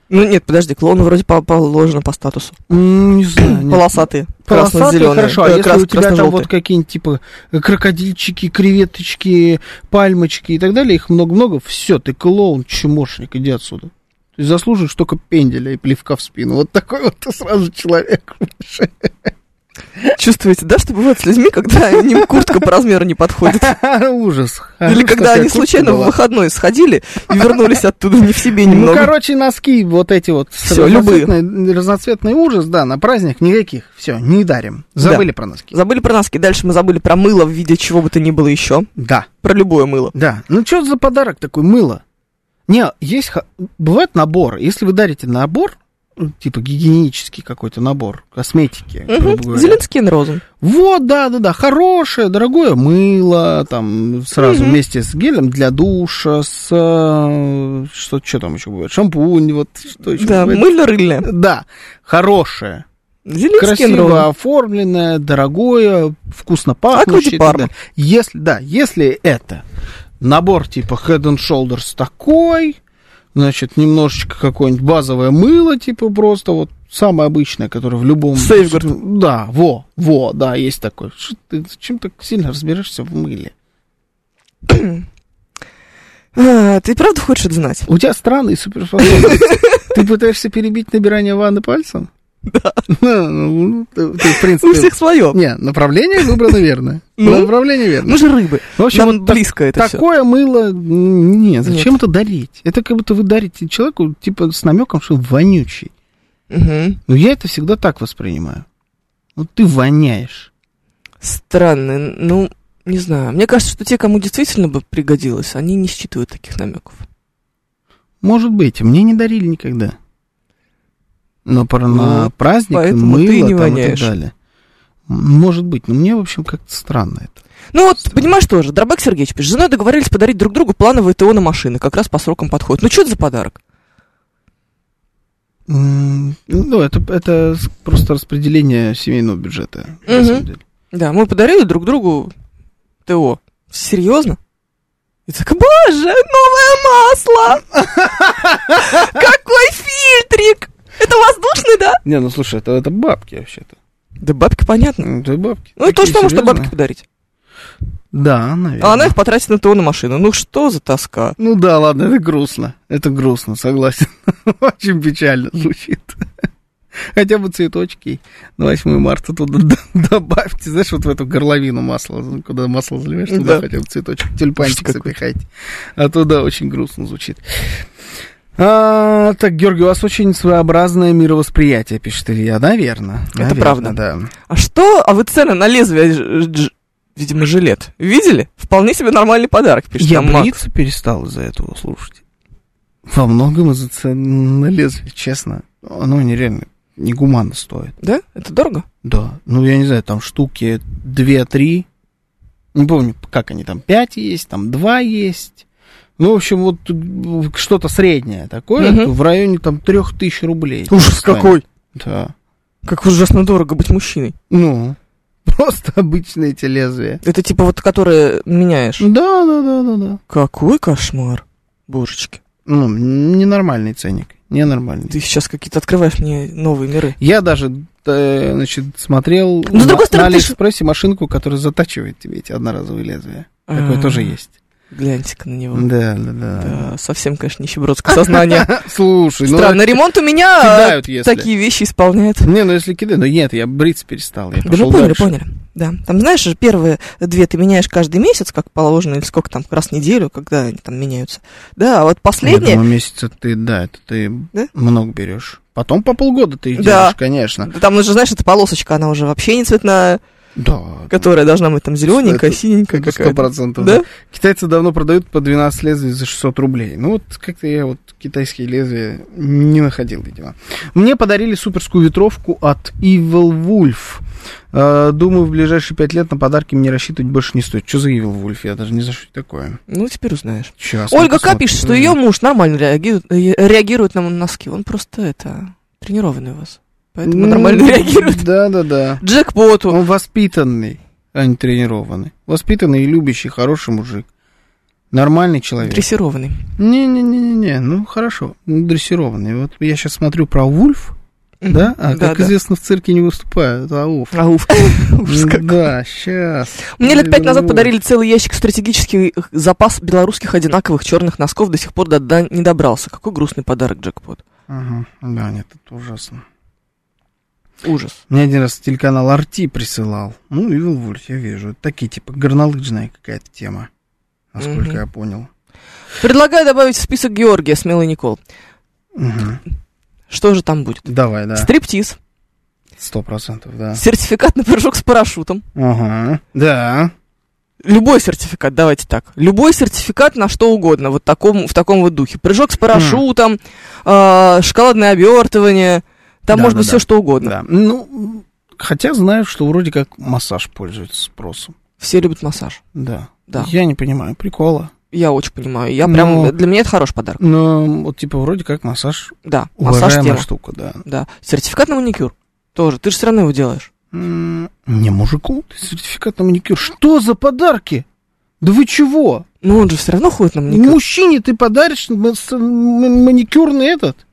Ну, нет, подожди, клоуну вроде по- положено по статусу.
М, Не знаю. нет.
Полосатые.
Полосатые,
красно-зеленые.
хорошо, а
э,
если
крас-
у тебя там
красно-желтые.
вот какие-нибудь типа крокодильчики, креветочки, пальмочки и так далее, их много-много, все, ты клоун, чмошник, иди отсюда. Ты заслуживаешь только пенделя и плевка в спину. Вот такой вот ты сразу человек.
Чувствуете, да, что бывает с людьми, когда им куртка по размеру не подходит?
Ужас.
Или
Хорошо,
когда
что такая
они
ну, а куртка
случайно в
была.
выходной сходили и вернулись оттуда не в себе
Ну,
немного.
короче, носки вот эти вот. с
Всё, любые.
разноцветной- Разноцветный ужас, да, на праздник никаких. Все, не дарим.
Да.
Забыли про носки.
Забыли про носки. Дальше мы забыли про мыло в виде чего бы то ни было еще.
Да.
Про любое мыло.
Да. Ну что за подарок такой мыло? Не, есть ха- бывает набор. Если вы дарите набор, ну, типа гигиенический какой-то набор косметики, грубо
Угу.
говоря.
Зеленский розум.
Вот, да, да, да, хорошее, дорогое мыло, там сразу
Мгм.
вместе с гелем для душа, с э, что, что там еще бывает, шампунь, вот что еще
Да,
бывает.
мыльно-рыльное.
Да, хорошее
Зеленский
красиво
розум.
оформленное, дорогое, вкусно пахнущее. и так
Парма.
далее. Если, да, если это набор типа Head and Shoulders такой, значит, немножечко какое-нибудь базовое мыло, типа просто вот самое обычное, которое в любом...
Safeguard.
Да, во, во, да, есть такое. Что ты, зачем так сильно разбираешься в мыле?
А, Ты правда хочешь это знать?
У тебя странный суперспособности. Ты пытаешься перебить набирание ванны пальцем? Да. Ну, ты, ты, в принципе...
У всех свое.
Не, направление выбрано верно.
Ну?
Направление верно.
Мы же рыбы.
В общем,
Нам
вот так-
близко это все.
такое мыло... м, Не, зачем это дарить? Это как будто вы дарите человеку, типа, с намеком, что он вонючий. Но я это всегда так воспринимаю. Вот ты воняешь.
Странно. Ну, не знаю. Мне кажется, что те, кому действительно бы пригодилось, они не считывают таких намеков.
Может быть, а мне не дарили никогда. Но про на
Ну,
праздник,
поэтому
мыло
ты и не
там, и так
воняешь.
далее. М, Может быть, но мне, в общем, как-то странно это.
Ну вот, понимаешь тоже, Дробак Сергеевич пишет, с женой договорились подарить друг другу плановые ТО на машины, как раз по срокам подходит. Ну что это за подарок?
М, Ну, это, это с- просто распределение семейного бюджета, на
Мгм.
самом деле.
Да, мы подарили друг другу ТО серьезно? И такая, боже, новое масло! Какой фильтрик! Это воздушный, да?
Не, ну слушай, это, это бабки вообще-то.
Да бабки, понятно.
Ну, Это бабки.
Ну и то,
Такие
что может
серьезные.
бабки подарить.
Да, наверное.
А она их потратит на ТО на машину. Ну что за тоска?
Ну да, ладно, это грустно. Это грустно, согласен. Очень печально звучит. Хотя бы цветочки на 8 марта туда д- добавьте. Знаешь, вот в эту горловину масла, ну, куда масло заливаешь, туда
Да.
хотя бы цветочек, тюльпанчик
Ужас какой.
запихайте. А туда очень грустно звучит. А, так, Георгий, у вас очень своеобразное мировосприятие, пишет Илья. Наверное.
Это правда.
Да.
А что? А вы цены на лезвие, ж- дж- видимо, жилет. Видели? Вполне себе нормальный подарок, пишет
Я
нам Макс.
бриться перестал из-за этого слушать. Во многом из-за цен на лезвие, честно. Оно нереально негуманно стоит.
Да? Это дорого?
Да. Ну, я не знаю, там штуки 2-3. Не помню, как они там. 5 есть, там 2 есть. Ну, в общем, вот э, что-то среднее такое.
Мгм.
в районе там 3000 рублей.
Ужас
Станет.
какой!
Да.
Как ужасно дорого быть мужчиной.
Ну, просто обычные эти лезвия.
Это типа вот, которые меняешь.
Да, да, да, да, да.
Какой кошмар. Божечки.
Ну, ненормальный ценник. Ненормальный.
Ты сейчас какие-то открываешь мне новые миры.
Я даже, э, значит, смотрел
Ну, с
на,
другой стороны,
на
ты ж-
Алиэкспрессе машинку, которая затачивает тебе эти одноразовые лезвия. Такое
А,
тоже есть.
Гляньте-ка на него.
Да, да, да.
Да, совсем, конечно, нищебродское сознание.
Слушай, ну...
Странно, ремонт у меня а,
Кидают, если.
такие вещи исполняет.
Не, ну если кидают, ну нет, я бриться перестал, я
Да ну,
пошел
мы поняли,
дальше.
поняли. Да. Там, знаешь, же, первые две ты меняешь каждый месяц, как положено, или сколько там, раз в неделю, когда они там меняются. Да, а вот
Я
последние,
думаю, месяца ты, да, это ты
Да?
много берешь. Потом по полгода ты их
Да.
делаешь, конечно.
да там уже, знаешь, эта полосочка, она уже вообще не цветная,
Да.
которая должна быть там зелененькая,
Это-
синенькая
Как сто
какая-то.
процентов.
Да?
Китайцы давно продают по 12 лезвий за 600 рублей. Ну вот как-то я вот китайские лезвия не находил, видимо. Мне подарили суперскую ветровку от Evil Wolf. Э, Думаю, в ближайшие пять лет на подарки мне рассчитывать больше не стоит. Что за Evil Wolf? Я даже не знаю, что это такое.
Ну, теперь узнаешь.
Сейчас мы
Ольга К.
посмотрим.
пишет, что ее муж нормально реагирует, э, реагирует на носки. Он просто это тренированный у вас. Поэтому
М, ну,
нормально реагирует.
Да-да-да.
Джекпоту.
Он воспитанный, а не тренированный. Воспитанный и любящий, хороший мужик. Нормальный человек.
Дрессированный.
Не-не-не-не, ну хорошо, ну, дрессированный. Вот я сейчас смотрю про Вульф, да? А,
Да,
как
да.
известно, в цирке не выступают, а ну, уф.
А, уф. Ужас
М,
как.
Да, сейчас.
Мне лет пять
ну.
назад подарили целый ящик стратегический э, запас белорусских одинаковых черных носков. До сих пор до дна не добрался. Какой грустный подарок джекпот.
Ага, да, нет, это ужасно.
Ужас.
Мне один раз телеканал Арти присылал. Ну, и Вульф, я вижу. Это Такие, типа, горнолыжная какая-то тема. Насколько
Мгм.
я понял.
Предлагаю добавить в список Георгия, смелый Никол.
Мгм.
Что же там будет?
Давай, да.
Стриптиз,
Сто процентов, да.
сертификат на прыжок с парашютом.
Ага, да.
Любой сертификат, давайте так. Любой сертификат на что угодно, вот таком, в таком вот духе. Прыжок с парашютом, а, шоколадное обертывание, там
Да,
может
да,
быть
да.
все что угодно.
Да. Ну, м, хотя знаю, что вроде как массаж пользуется спросом.
Все любят массаж.
Да.
Да.
Я не понимаю прикола.
Я очень понимаю. Я
Ну.
прям, для меня это хороший подарок.
Но вот типа вроде как массаж
Да, массаж
уважаемая
тема.
штука, да.
Да. Сертификат на маникюр. Тоже. Ты же все равно его делаешь.
М, Не мужику, ты сертификат на маникюр. Что за подарки? Да вы чего?
Но он же все равно ходит на маникюр.
Мужчине ты подаришь ма- с- м- маникюрный этот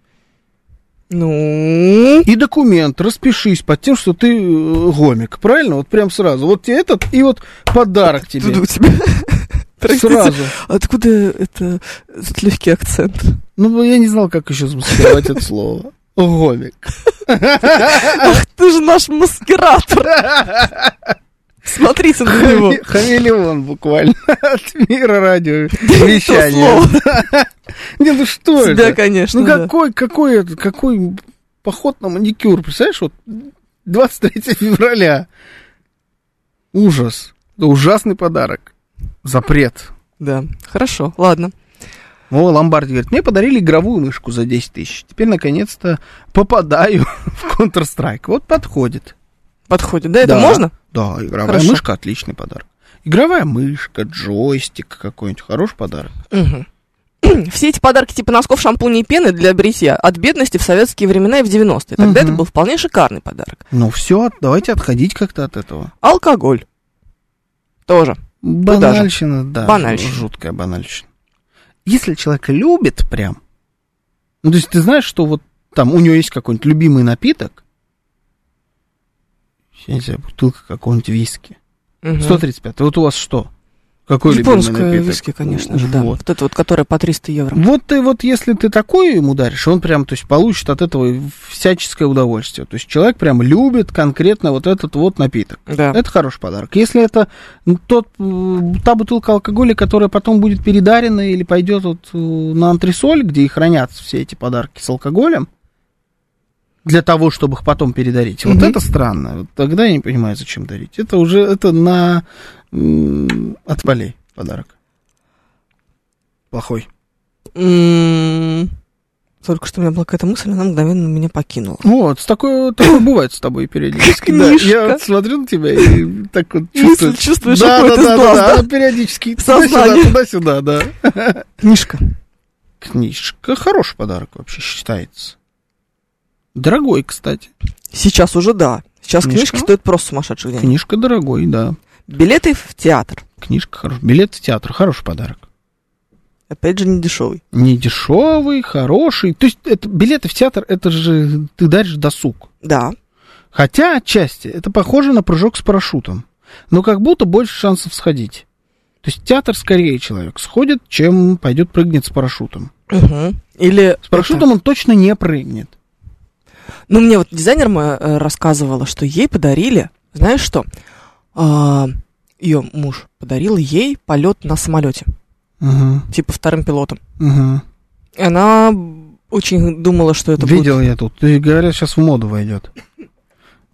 Ну.
и документ, распишись под тем, что ты э, гомик, правильно? Вот прям сразу. Вот тебе этот и вот подарок
Откуда
тебе.
у тебя. Простите,
Сразу.
Откуда это этот легкий акцент?
Ну, я не знал, как еще замаскировать это слово. Гомик.
Ах, ты же наш маскиратор. Смотрите на него.
Хаме- Хамелеон буквально от мира радио
То
вещания. Не, ну что
слово. Да,
это?
конечно.
Ну
да.
какой, какой этот, какой поход на маникюр, представляешь, вот 23 февраля. Ужас. Это ужасный подарок. Запрет.
Да, хорошо, ладно.
О, Ломбард говорит, мне подарили игровую мышку за 10 тысяч. Теперь, наконец-то, попадаю в Counter-Strike. Вот подходит.
Подходит. Да, это
Да.
можно?
Да, игровая
Хорошо.
мышка отличный подарок. Игровая мышка, джойстик какой-нибудь хороший подарок.
Мгм. Все эти подарки типа носков, шампуней и пены для бритья от бедности в советские времена и в 90-е. Тогда
Мгм.
это был вполне шикарный подарок.
Ну все, давайте отходить как-то от этого.
Алкоголь. Тоже.
Банальщина, да.
Банальщина.
Жуткая банальщина. Если человек любит прям, ну, то есть ты знаешь, что вот там у него есть какой-нибудь любимый напиток, я не знаю, бутылка какого-нибудь виски,
Мгм.
135, вот у вас что? Какой любимый
Японская
напиток?
виски, конечно же, да.
Вот.
Вот это вот, которая по 300 евро.
Вот ты вот, если ты такое ему даришь, он прям, то есть, получит от этого всяческое удовольствие. То есть, человек прям любит конкретно вот этот вот напиток.
Да.
Это хороший подарок. Если это ну, тот, э, та бутылка алкоголя, которая потом будет передарена или пойдет вот э, на антресоль, где и хранятся все эти подарки с алкоголем, для того, чтобы их потом передарить. Вот
Мгм.
это странно. Вот Тогда я не понимаю, зачем дарить. Это уже это на м, от полей подарок. Плохой.
М, М-м-м. Только что у меня была какая-то мысль, она мгновенно меня покинула.
Вот, с такой, такое бывает с тобой периодически.
Как
да.
Мишка.
я вот смотрю на тебя и так вот чувствую.
Мысль чувствуешь,
да,
какой
да,
ты
да,
сглаз,
да,
да?
она периодически
Сознание.
туда-сюда, туда-сюда, да.
Книжка.
Книжка. Хороший подарок вообще считается. Дорогой, кстати.
Сейчас уже да. Сейчас
Книжка?
книжки стоят просто сумасшедших денег.
Книжка дорогой, да.
Билеты в театр.
Книжка хорошая. Билет в театр. Хороший подарок.
Опять же, не дешевый.
Не дешевый, хороший. То есть это, билеты в театр, это же ты даришь досуг.
Да.
Хотя отчасти это похоже на прыжок с парашютом. Но как будто больше шансов сходить. То есть в театр скорее человек сходит, чем пойдет прыгнет с парашютом.
Мгм. Или...
С парашютом он точно не прыгнет.
это- Ну, мне вот дизайнер моя э, рассказывала, что ей подарили... Знаешь что? ее муж подарил ей полет на самолете.
Угу,
Типа вторым пилотом.
угу.
И она очень думала, что это будет...
Видел я тут. Ты, говорят, сейчас в моду войдет.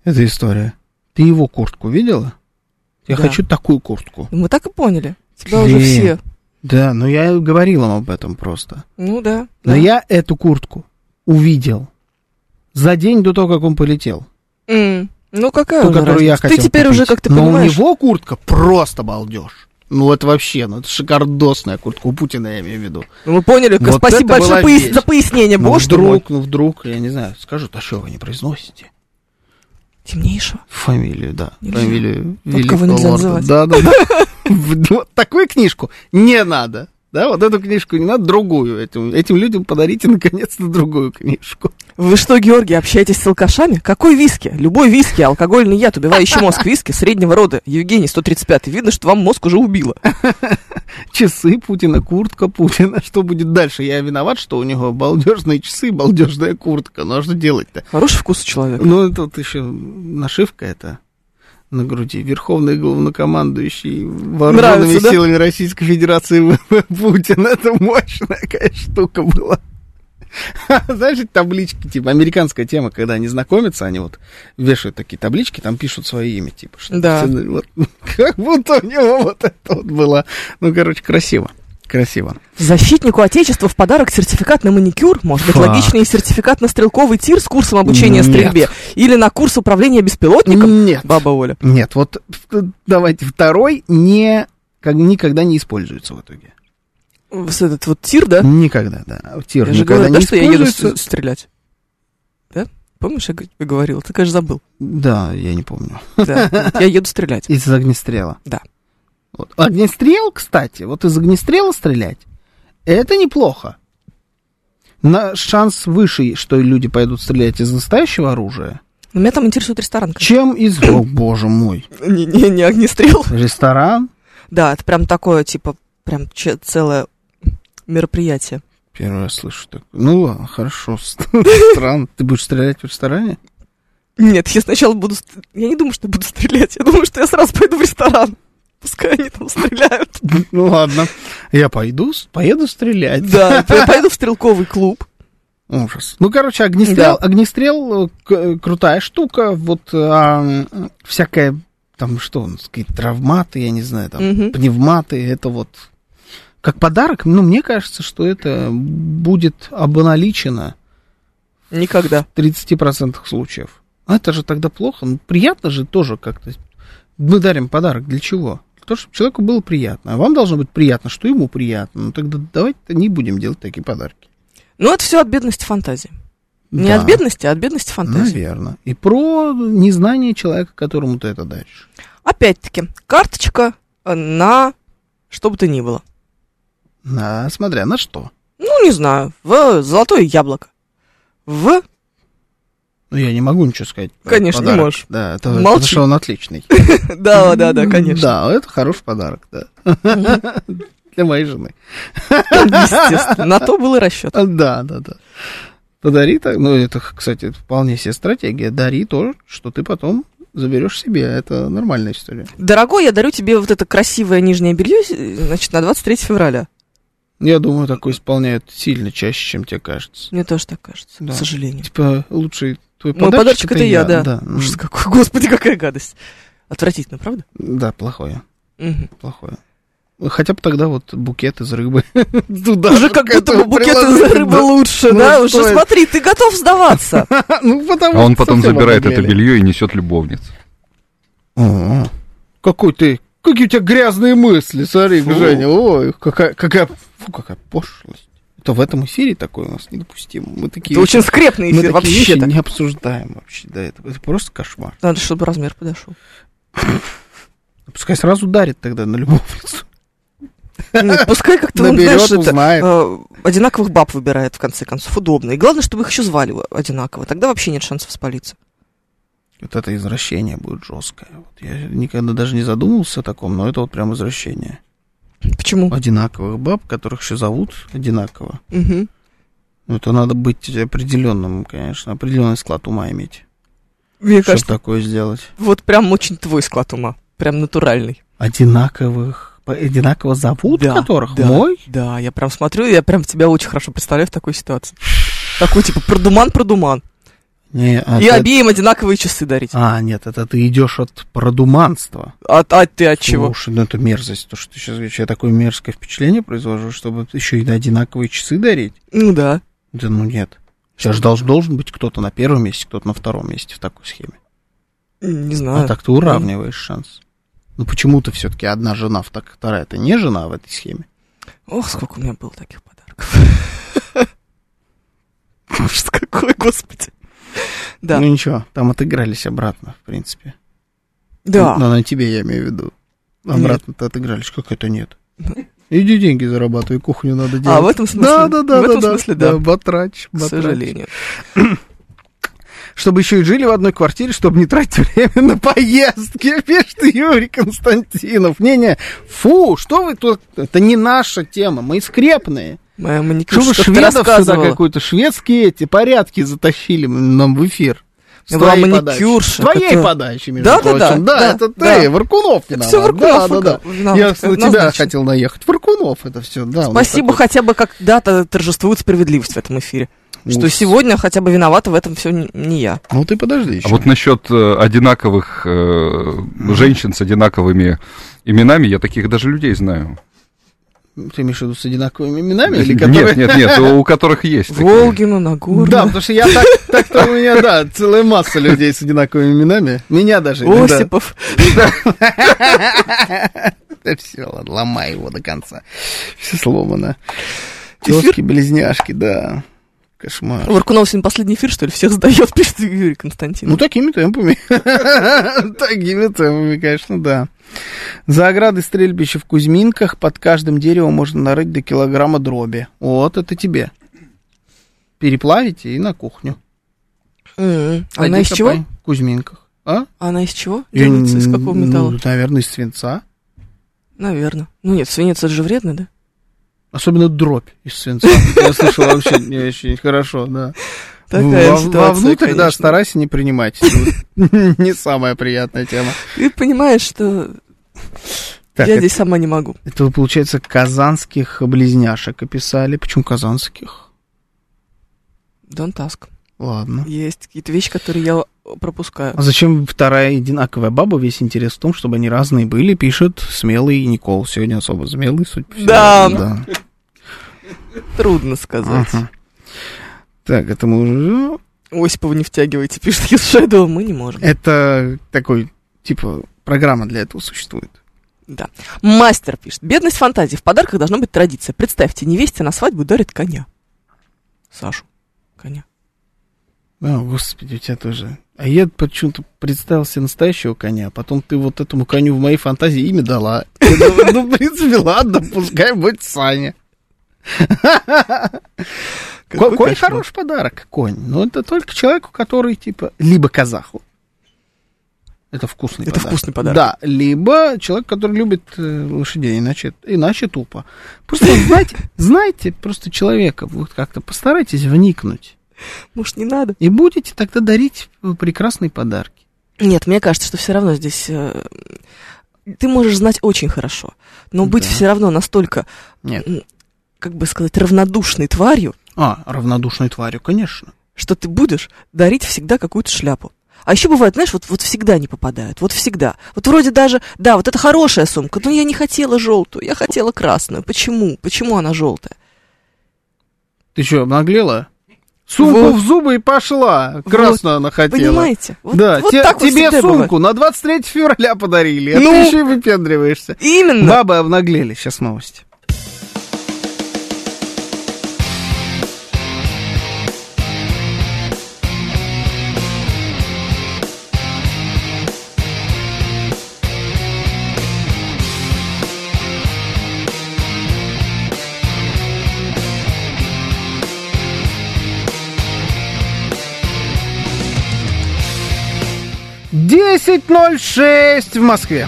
Эта история. Ты его куртку видела? Я
Да.
хочу такую куртку.
Мы так и поняли. Тебя уже
Блин.
все.
Да, но я говорил им об этом просто.
Ну да.
Но
да.
я эту куртку увидел за день до того, как он полетел.
М, Ну какая
ту,
уже
которую я
разница?
хотел
Ты теперь уже,
купить.
как ты
Но
понимаешь...
у него куртка просто балдеж. Ну, это вообще, ну, это шикардосная куртка. У Путина, я имею в виду.
Ну, мы поняли.
Вот это
Спасибо большое
была
пояс-
вещь.
за пояснение.
ну,
Боже ты мой.
вдруг, ну, вдруг, я не знаю, скажут, а что вы не произносите?
Темнейшего.
Фамилию, да.
Нельзя.
Фамилию
Вот
великого
кого нельзя
лорда.
называть.
Да, да, да. В- вот Такую книжку не надо. Да, вот эту книжку не надо, другую. Этим, этим людям подарите, наконец-то, другую книжку.
Вы что, Георгий, общаетесь с алкашами? Какой виски? Любой виски, алкогольный яд, убивающий мозг виски среднего рода. Евгений, 135 Видно, что вам мозг уже убило.
Часы Путина, куртка Путина. Что будет дальше? Я виноват, что у него балдежные часы, балдежная куртка. Ну, а что делать-то?
Хороший вкус у человека.
Ну, это вот еще нашивка это на груди. Верховный главнокомандующий вооруженными
Нравится, да?
силами Российской Федерации Путин. Это мощная, конечно, штука была. Знаешь, эти таблички, типа, американская тема, когда они знакомятся, они вот вешают такие таблички, там пишут свое имя, типа, что
Да.
всё, вот, как будто у него вот это вот было. Ну, короче, красиво. Красиво.
Защитнику Отечества в подарок сертификат на маникюр. Может быть,
Факт.
логичнее сертификат на стрелковый тир с курсом обучения
Нет.
стрельбе. Или на курс управления беспилотником.
Нет.
Баба Оля.
Нет, вот в- давайте второй не, как, никогда не используется в итоге.
Вот этот вот тир, да?
Никогда, да. Тир
А, Я же
никогда
говорю,
не
да, что я еду с-
используется.
стрелять. Да? Помнишь, я г- говорила? Ты, конечно, забыл.
Да, я не помню.
Да. Вот Я еду стрелять.
Из огнестрела.
Да.
Вот. Огнестрел, кстати, вот из огнестрела стрелять, это неплохо. На шанс выше, что люди пойдут стрелять из настоящего оружия,
Но меня там интересует ресторан. конечно.
чем из... О, боже мой.
Не, не, не огнестрел.
Ресторан.
Да, это прям такое, типа, прям че- целое мероприятие.
Первый раз слышу такое. Ну, ладно, хорошо. Странно. Ты будешь стрелять в ресторане?
Нет, я сначала буду... ст- Я не думаю, что я буду стрелять. Я думаю, что я сразу пойду в ресторан. Пускай они там стреляют.
Ну ладно. Я пойду, с- поеду стрелять.
Да, я пойду в стрелковый клуб.
Ужас. Ну, короче, огнестрел,
Да.
огнестрел э, к- э, крутая штука. Вот а, м, всякая, там что, ну, какие-то травматы, я не знаю, там,
Мгм.
пневматы, это вот как подарок, ну, мне кажется, что это будет обналичено
Никогда.
в 30% случаев. А Это же тогда плохо. Ну, приятно же тоже как-то. Мы дарим подарок для чего? Для того, чтобы человеку было приятно. А вам должно быть приятно, что ему приятно. Ну, тогда давайте не будем делать такие подарки.
Но Ну, это все от бедности фантазии. Не
Да.
от бедности, а от бедности фантазии.
Наверное. И про незнание человека, которому ты это даришь.
Опять-таки, карточка э, э, на что бы то ни было.
На, смотря на что.
Ну, не знаю, в золотое яблоко. В
Ну, я не могу ничего сказать. про
Конечно, не
подарок.
можешь.
Да, это,
Молчи.
потому что он отличный.
Да, да, да, конечно.
Да, это хороший подарок, да. Для моей жены.
Естественно, на то был и расчет.
А, Да, да, да. Подари так, ну это, кстати, вполне себе стратегия. Дари то, что ты потом заберешь себе. Это нормальная история.
Дорогой, я дарю тебе вот это красивое нижнее белье, э, значит, на 23 февраля.
Я думаю, такое исполняют сильно чаще, чем тебе кажется.
Мне тоже так кажется,
Да.
к сожалению.
Типа, лучший твой
Мой
подарок.
Ну, подарочек это я, да.
Да, м,
Ужас какой, господи, какая гадость. Отвратительно, правда?
да, плохое,
Мгм.
плохое. Ну, Хотя бы тогда вот букет из рыбы. Туда
Уже
же
как
к
будто бы
этому
букет
приложить,
из рыбы
да.
лучше,
Ну,
да?
что
Уже
это?
смотри, ты готов сдаваться.
Ну, потому
А он
что
потом
совсем
забирает это
обнаглели.
белье и несет любовниц. А
О, Какой ты, какие у тебя грязные мысли, смотри,
Фу.
Женя, ой, какая, какая, фу, какая пошлость. Это в этом эфире такое у нас недопустимо. Мы такие,
Это очень скрепный
мы
эфир,
такие вещи
вообще так.
не обсуждаем вообще, да, это, это просто кошмар.
Надо, чтобы размер подошел.
Пускай сразу дарит тогда на любовницу.
Нет, Ну, Пускай как-то, он,
Наберет,
знаешь, это,
узнает.
э, одинаковых баб выбирает, в конце концов, удобно. И главное, чтобы их еще звали одинаково. Тогда вообще нет шансов спалиться.
Вот это извращение будет жесткое. Вот я никогда даже не задумывался о таком, но это вот прям извращение.
Почему?
Одинаковых баб, которых еще зовут одинаково.
Мгм.
Ну, это надо быть определенным, конечно, определенный склад ума иметь.
Мне
Чтобы
кажется,
такое сделать.
вот прям очень твой склад ума. Прям натуральный.
Одинаковых, по- одинаково зовут
Да,
которых?
да.
Мой?
Да, я прям смотрю, я прям тебя очень хорошо представляю в такой ситуации. Такой типа продуман, продуман.
Не, а,
И
ты-
обеим одинаковые часы дарить.
а, нет, это ты идешь от продуманства.
А, а ты от чего?
Слушай, ну это мерзость, то, что ты сейчас говоришь. Я такое мерзкое впечатление произвожу, чтобы еще и одинаковые часы дарить.
Ну да.
Да ну нет. Сейчас же должен, должен быть кто-то на первом месте, кто-то на втором месте в такой схеме.
Не
А,
знаю.
так ты уравниваешь шанс. Ну почему-то все-таки одна жена, втор- вторая это не жена в этой схеме.
Ох, сколько у меня было таких подарков. Ужас какой, господи. Да.
Ну ничего, там отыгрались обратно, в принципе.
Да.
Но на тебе я имею в виду. Обратно-то отыгрались. Как это нет?
Да.
Иди деньги зарабатывай, кухню надо делать.
А в этом смысле?
да, да, да,
В этом
да,
смысле, да.
батрач,
К
батрач.
сожалению.
Чтобы еще и жили в одной квартире, чтобы не тратить время на поездки, пишет Юрий Константинов. Не-не, фу, что вы тут, это не наша тема, мы скрепные.
Моя
Что вы
маникюрша как-то
шведов сюда
рассказывала.
какой-то, шведские эти порядки затащили нам в эфир. С
У меня была
твоей подачи.
маникюрша,
Твоей
которая-
подачи, между
Да, да,
прочим.
да, да,
это
да.
ты, Варкунов
Это
виноват.
все
Да,
Варкунов.
да, да.
виноват,
Я на тебя
однозначно.
хотел наехать. Варкунов это все, да. у нас
Спасибо, хотя бы когда-то торжествует справедливость в этом эфире.
такой-
Что
Ужас.
сегодня хотя бы виновата в этом все не я.
Ну ты подожди еще.
А вот насчет э, одинаковых э, женщин с одинаковыми именами, я таких даже людей знаю.
Ты имеешь в виду с одинаковыми именами? Или которые...
Нет, нет, нет, у которых есть. такие.
Волгину, Нагорну.
Да, потому что я так, так-то у меня, да, целая масса людей с одинаковыми именами. Меня даже иногда-
Осипов.
Да все, ладно, ломай его до конца. Все сломано.
Эфир?
Тезки-близняшки, да. Кошмар.
Варкунов сегодня последний эфир, что ли? Всех сдает, пишет Юрий Константин.
Ну, такими темпами. Такими темпами, конечно, да. За оградой стрельбища в Кузьминках под каждым деревом можно нарыть до килограмма дроби. Вот это тебе. Переплавите и на кухню.
М. М-м. Она
Пойди
из чего?
копай В Кузьминках. А?
Она из чего?
Я не-
Делается из какого
ну,
металла?
наверное, из свинца.
Наверное. Ну нет, свинец это же вредно, да?
Особенно дробь из свинца. Я слышал вообще не очень хорошо, да.
Такая
ну, Во-
ситуация,
Вовнутрь, да,
конечно.
старайся не принимать. Не самая приятная тема.
Ты понимаешь, что
Так,
я
это-
здесь сама не могу.
Это, вы, получается, казанских близняшек описали. Почему казанских?
Don't ask.
Ладно.
Есть какие-то вещи, которые я пропускаю.
А зачем вторая одинаковая баба? Весь интерес в том, чтобы они разные были, пишет смелый Никол. Сегодня особо смелый, судя по всему.
Да. Трудно сказать.
Ага. Так, это мы уже... ну,
Осипова не втягивайте, пишет из Shadow. Мы не можем.
Это такой, типа, программа для этого существует.
Да. Мастер пишет. Бедность фантазии. В подарках должна быть традиция. Представьте, невесте на свадьбу дарит коня. Сашу. Коня.
А, господи, у тебя тоже. А я почему-то представил себе настоящего коня, а потом ты вот этому коню в моей фантазии имя дала. Я думаю, Ну, в принципе, ладно, пускай будет Саня. Ко-
Какой
Конь
кошмар.
хороший подарок, конь. Но это только человеку, который, типа, либо казаху. Это вкусный
Это
подарок.
вкусный подарок.
Да, либо человек, который любит э, лошадей, иначе, иначе тупо. Просто знайте, знайте просто человека, вот как-то постарайтесь вникнуть.
Может, не надо?
И будете тогда дарить э, прекрасные подарки.
Нет, мне кажется, что все равно здесь... э, Ты можешь знать очень хорошо, но быть
Да.
все равно настолько,
Нет.
как бы сказать, равнодушной тварью,
А, равнодушной тварью, конечно.
что ты будешь дарить всегда какую-то шляпу. А еще бывает, знаешь, вот, вот всегда не попадают, вот всегда. Вот вроде даже, да, вот это хорошая сумка, но я не хотела желтую, я хотела красную. Почему? Почему она желтая?
Ты что, обнаглела? Сумку
Вот.
в зубы и пошла. Красную она хотела.
Понимаете? Вот,
да,
вот
те-
так вот
тебе
всегда бывает.
сумку на 23 февраля подарили, а
Ну.
ты еще и выпендриваешься.
Именно.
Бабы обнаглели, сейчас новости. Десять ноль шесть в Москве.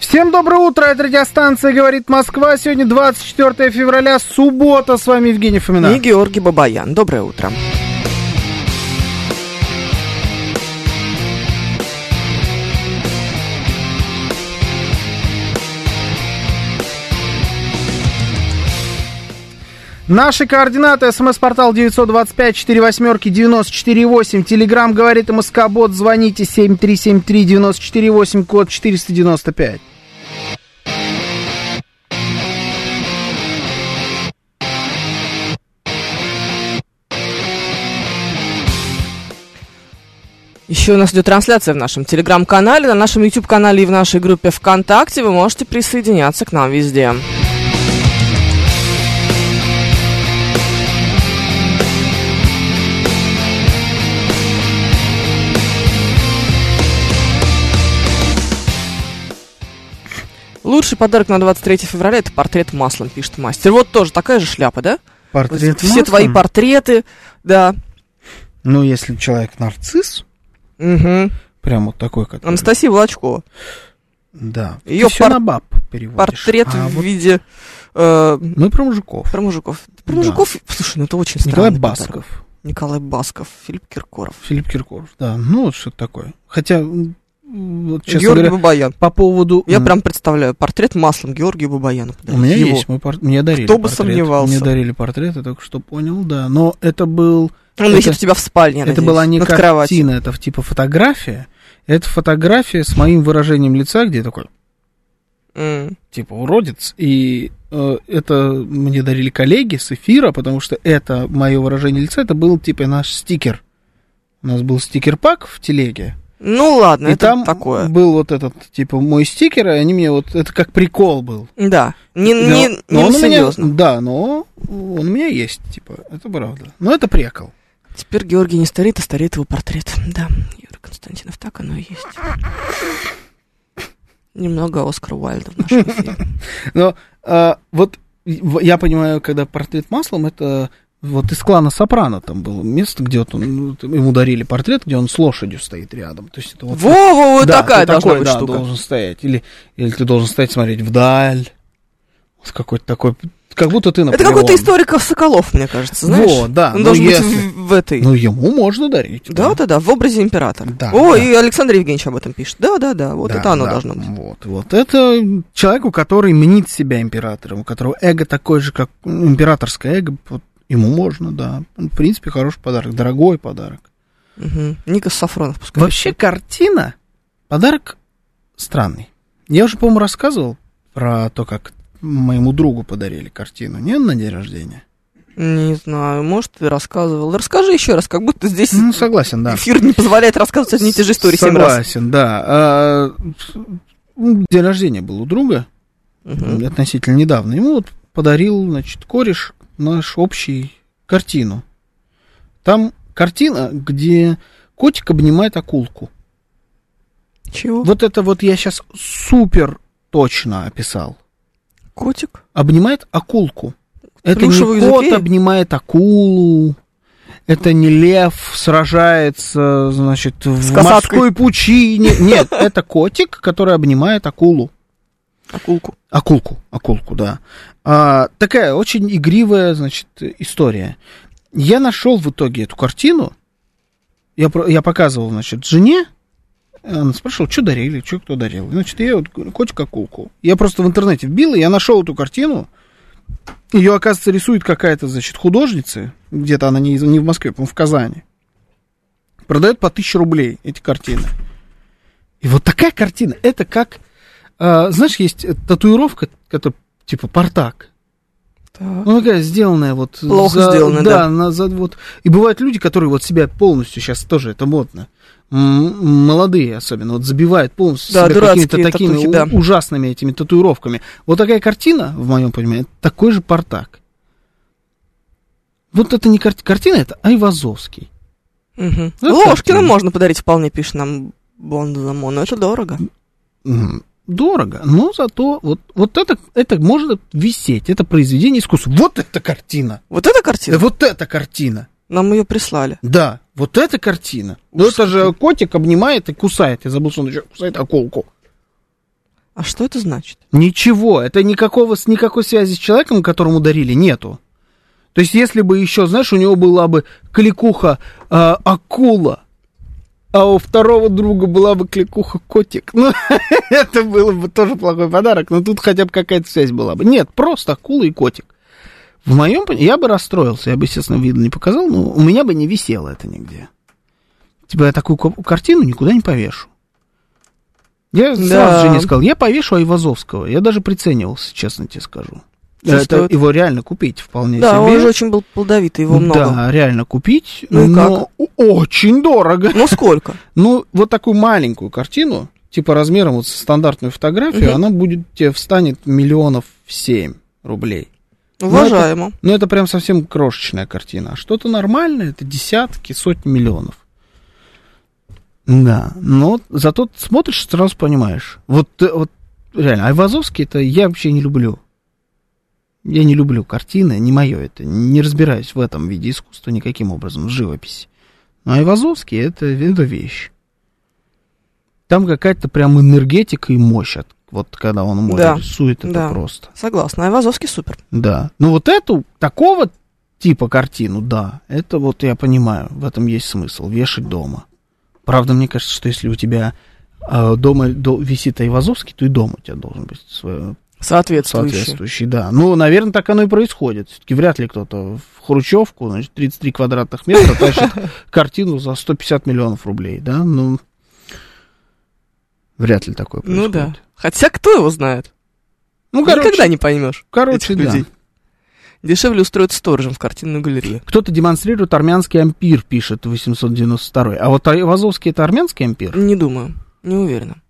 Всем доброе утро, это радиостанция «Говорит Москва». Сегодня 24 февраля, суббота. С вами Евгений Фомина.
И Георгий Бабаян. Доброе утро.
Наши координаты. СМС-портал 925-48-94-8. Телеграмм «Говорит Москобот». Звоните 7373-94-8, код 495.
Еще у нас идет трансляция в нашем телеграм-канале, на нашем YouTube-канале и в нашей группе ВКонтакте. Вы можете присоединяться к нам везде. Лучший подарок на 23 февраля это портрет маслом, пишет мастер. Вот тоже такая же шляпа, да? Вот Все твои портреты, да.
Ну, если человек нарцисс,
Мгм.
прям вот такой, который...
Анастасия Волочкова.
Да.
Её
Ты всё
пор-
на баб переводишь.
портрет
А
в
вот
виде э,
Мы про мужиков.
про мужиков. Про
Да.
мужиков, слушай, ну это очень странно.
Николай Басков.
Николай Басков, Филипп Киркоров.
Филипп Киркоров, да. Ну, вот что-то такое. Хотя, м, вот, честно
Георгий
говоря,
Бабаян.
по поводу...
Я
м,
прям представляю портрет маслом Георгия Бабаяна.
У меня
Его.
есть, мы пор- мне дарили
Кто бы
портрет.
сомневался.
Мне дарили портрет, я только что понял, да. Но это был,
Он висит
Это-
у тебя в спальне, я
это
надеюсь,
была не
над
картина,
кроватью.
это в- типа фотография. Это фотография с моим выражением лица, где я такой,
М.
типа, уродец. И э, это мне дарили коллеги с эфира, потому что это мое выражение лица, это был, типа, наш стикер. У нас был стикер-пак в телеге.
Ну ладно,
и
это
там
такое.
был вот этот, типа, мой стикер, и они мне вот... Это как прикол был.
Да, не,
Но-
не,
но
не
он у меня-
серьезно.
да, но он у меня есть, типа, это правда. Но это прикол.
Теперь Георгий не стареет, а стареет его портрет. Да, Юрий Константинов, так оно и есть. Немного Оскара Уайльда в нашем эфире.
Но а, вот в- я понимаю, когда портрет маслом, это вот из клана Сопрано там было место, где вот он, ну, там ему дарили портрет, где он с лошадью стоит рядом. То есть это вот...
Во, во, вот
Да,
такая
ты
должна
такой,
быть
да,
штука.
должен стоять. Или, или ты должен стоять, смотреть вдаль. С какой-то такой... Как будто ты на
Это какой-то историков Соколов, мне кажется, знаешь?
Вот, да,
Он
ну,
должен
если-
быть в, в этой.
Ну, ему можно дарить.
да, да, да, в образе императора.
Да,
О,
да.
и Александр Евгеньевич об этом пишет. Да, да, да, вот
Да,
это оно
да,
должно быть.
Вот, вот. Это человеку, который мнит себя императором, у которого эго такое же, как ну, императорское эго, вот ему можно, да. В принципе, хороший подарок, дорогой подарок.
Мгм. Ника Сафронов пускай.
Вообще картина, подарок странный. Я уже, по-моему, рассказывал про то, как моему другу подарили картину, не на день рождения.
пишет. Не знаю, может, ты рассказывал. Расскажи еще раз, как будто здесь
Ну, согласен, да.
эфир не позволяет рассказывать одни и те же истории семь раз.
Согласен, да. А, м, День рождения был у друга.
Мгм.
относительно недавно. Ему вот подарил, значит, кореш наш общий картину. Там картина, где котик обнимает акулку.
Чего?
Вот это вот я сейчас супер точно описал.
Котик?
Обнимает акулку. Это
Плюшевую
не кот
зверь?
обнимает акулу. Это не лев сражается, значит,
С
в
касаткой.
морской пучине. Нет, это котик, который обнимает акулу.
Акулку.
Акулку, акулку, да. А, такая очень игривая, значит, история. Я нашел в итоге эту картину. Я, про- я показывал, значит, жене. Она спрашивала, что дарили, что кто дарил. Значит, я вот говорю, котик акулку. Я просто в интернете вбил, и я нашел эту картину. Ее, оказывается, рисует какая-то, значит, художница. Где-то она не, из- не в Москве, по-моему, в Казани. Продает по 1000 рублей эти картины. И вот такая картина. Это как а, знаешь, есть э, татуировка, которая типа портак.
Так.
Ну, такая сделанная вот...
Плохо сделанная, да.
на- за- вот. И бывают люди, которые вот себя полностью, сейчас тоже это модно, м, молодые особенно, вот забивают полностью
Да,
себя какими-то
дурацкие
такими
татухи,
у-
да.
ужасными этими татуировками. Вот такая картина, в моем понимании, это такой же портак. Вот это не кар- картина, это Айвазовский.
Мгм.
Ну,
Ложкина
картина.
можно подарить вполне, пишет нам Бонзамо, но это дорого.
М, Дорого, но зато вот, вот это, это может висеть, это произведение искусства. Вот эта картина!
Вот эта
Да
картина?
вот эта картина.
Нам ее прислали.
Да, вот эта картина. Ну это же котик обнимает и кусает. Я забыл, что он еще кусает акулку.
А что это значит?
Ничего, это никакого, с- никакой связи с человеком, которому дарили, нету. То есть, если бы еще, знаешь, у него была бы кликуха э, акула, а у второго друга была бы кликуха котик. Ну, это было бы тоже плохой подарок, но тут хотя бы какая-то связь была бы. Нет, просто акула и котик. В моем пони- я бы расстроился, я бы, естественно, видно не показал, но у меня бы не висело это нигде. Типа я такую ко- картину никуда не повешу. Я
Да.
сразу же не сказал, я повешу Айвазовского. Я даже приценивался, честно тебе скажу.
Что
это
стоит?
его реально купить вполне
Да,
себе.
он же очень был плодовитый, его много.
Да, реально купить,
Ну и
но очень дорого.
Ну сколько?
Ну, вот такую маленькую картину, типа размером вот со стандартную фотографию,
Мгм.
она будет тебе встанет миллионов в семь рублей. Ну,
Уважаемо.
Но это прям совсем крошечная картина. А что-то нормальное, это десятки, сотни миллионов. Да, но зато смотришь, сразу понимаешь. Вот, э, вот реально, Айвазовский это я вообще не люблю. Я не люблю картины, не мое это. Не разбираюсь в этом виде искусства никаким образом, в живописи. Но Айвазовский это, это вещь. Там какая-то прям энергетика и мощь. от- вот когда он море
Да,
рисует, это
да.
просто.
Согласна. Айвазовский супер.
Да. Ну вот эту, такого типа картину, да, это вот я понимаю, в этом есть смысл, вешать дома. Правда, мне кажется, что если у тебя э, дома до- висит Айвазовский, то и дома у тебя должен быть свой
Соответствующий.
соответствующий, да. Ну, наверное, так оно и происходит. Все-таки вряд ли кто-то в Хрущевку, значит, 33 квадратных метра тащит картину за 150 миллионов рублей, да? Ну, вряд ли такое
Ну
происходит.
да. Хотя кто его знает?
Ну, короче,
Никогда не поймешь.
короче
этих
да.
людей. Дешевле устроить сторожем в картинную галерею.
Кто-то демонстрирует армянский ампир, пишет 892 А вот Айвазовский это армянский ампир?
Не думаю. Не уверена.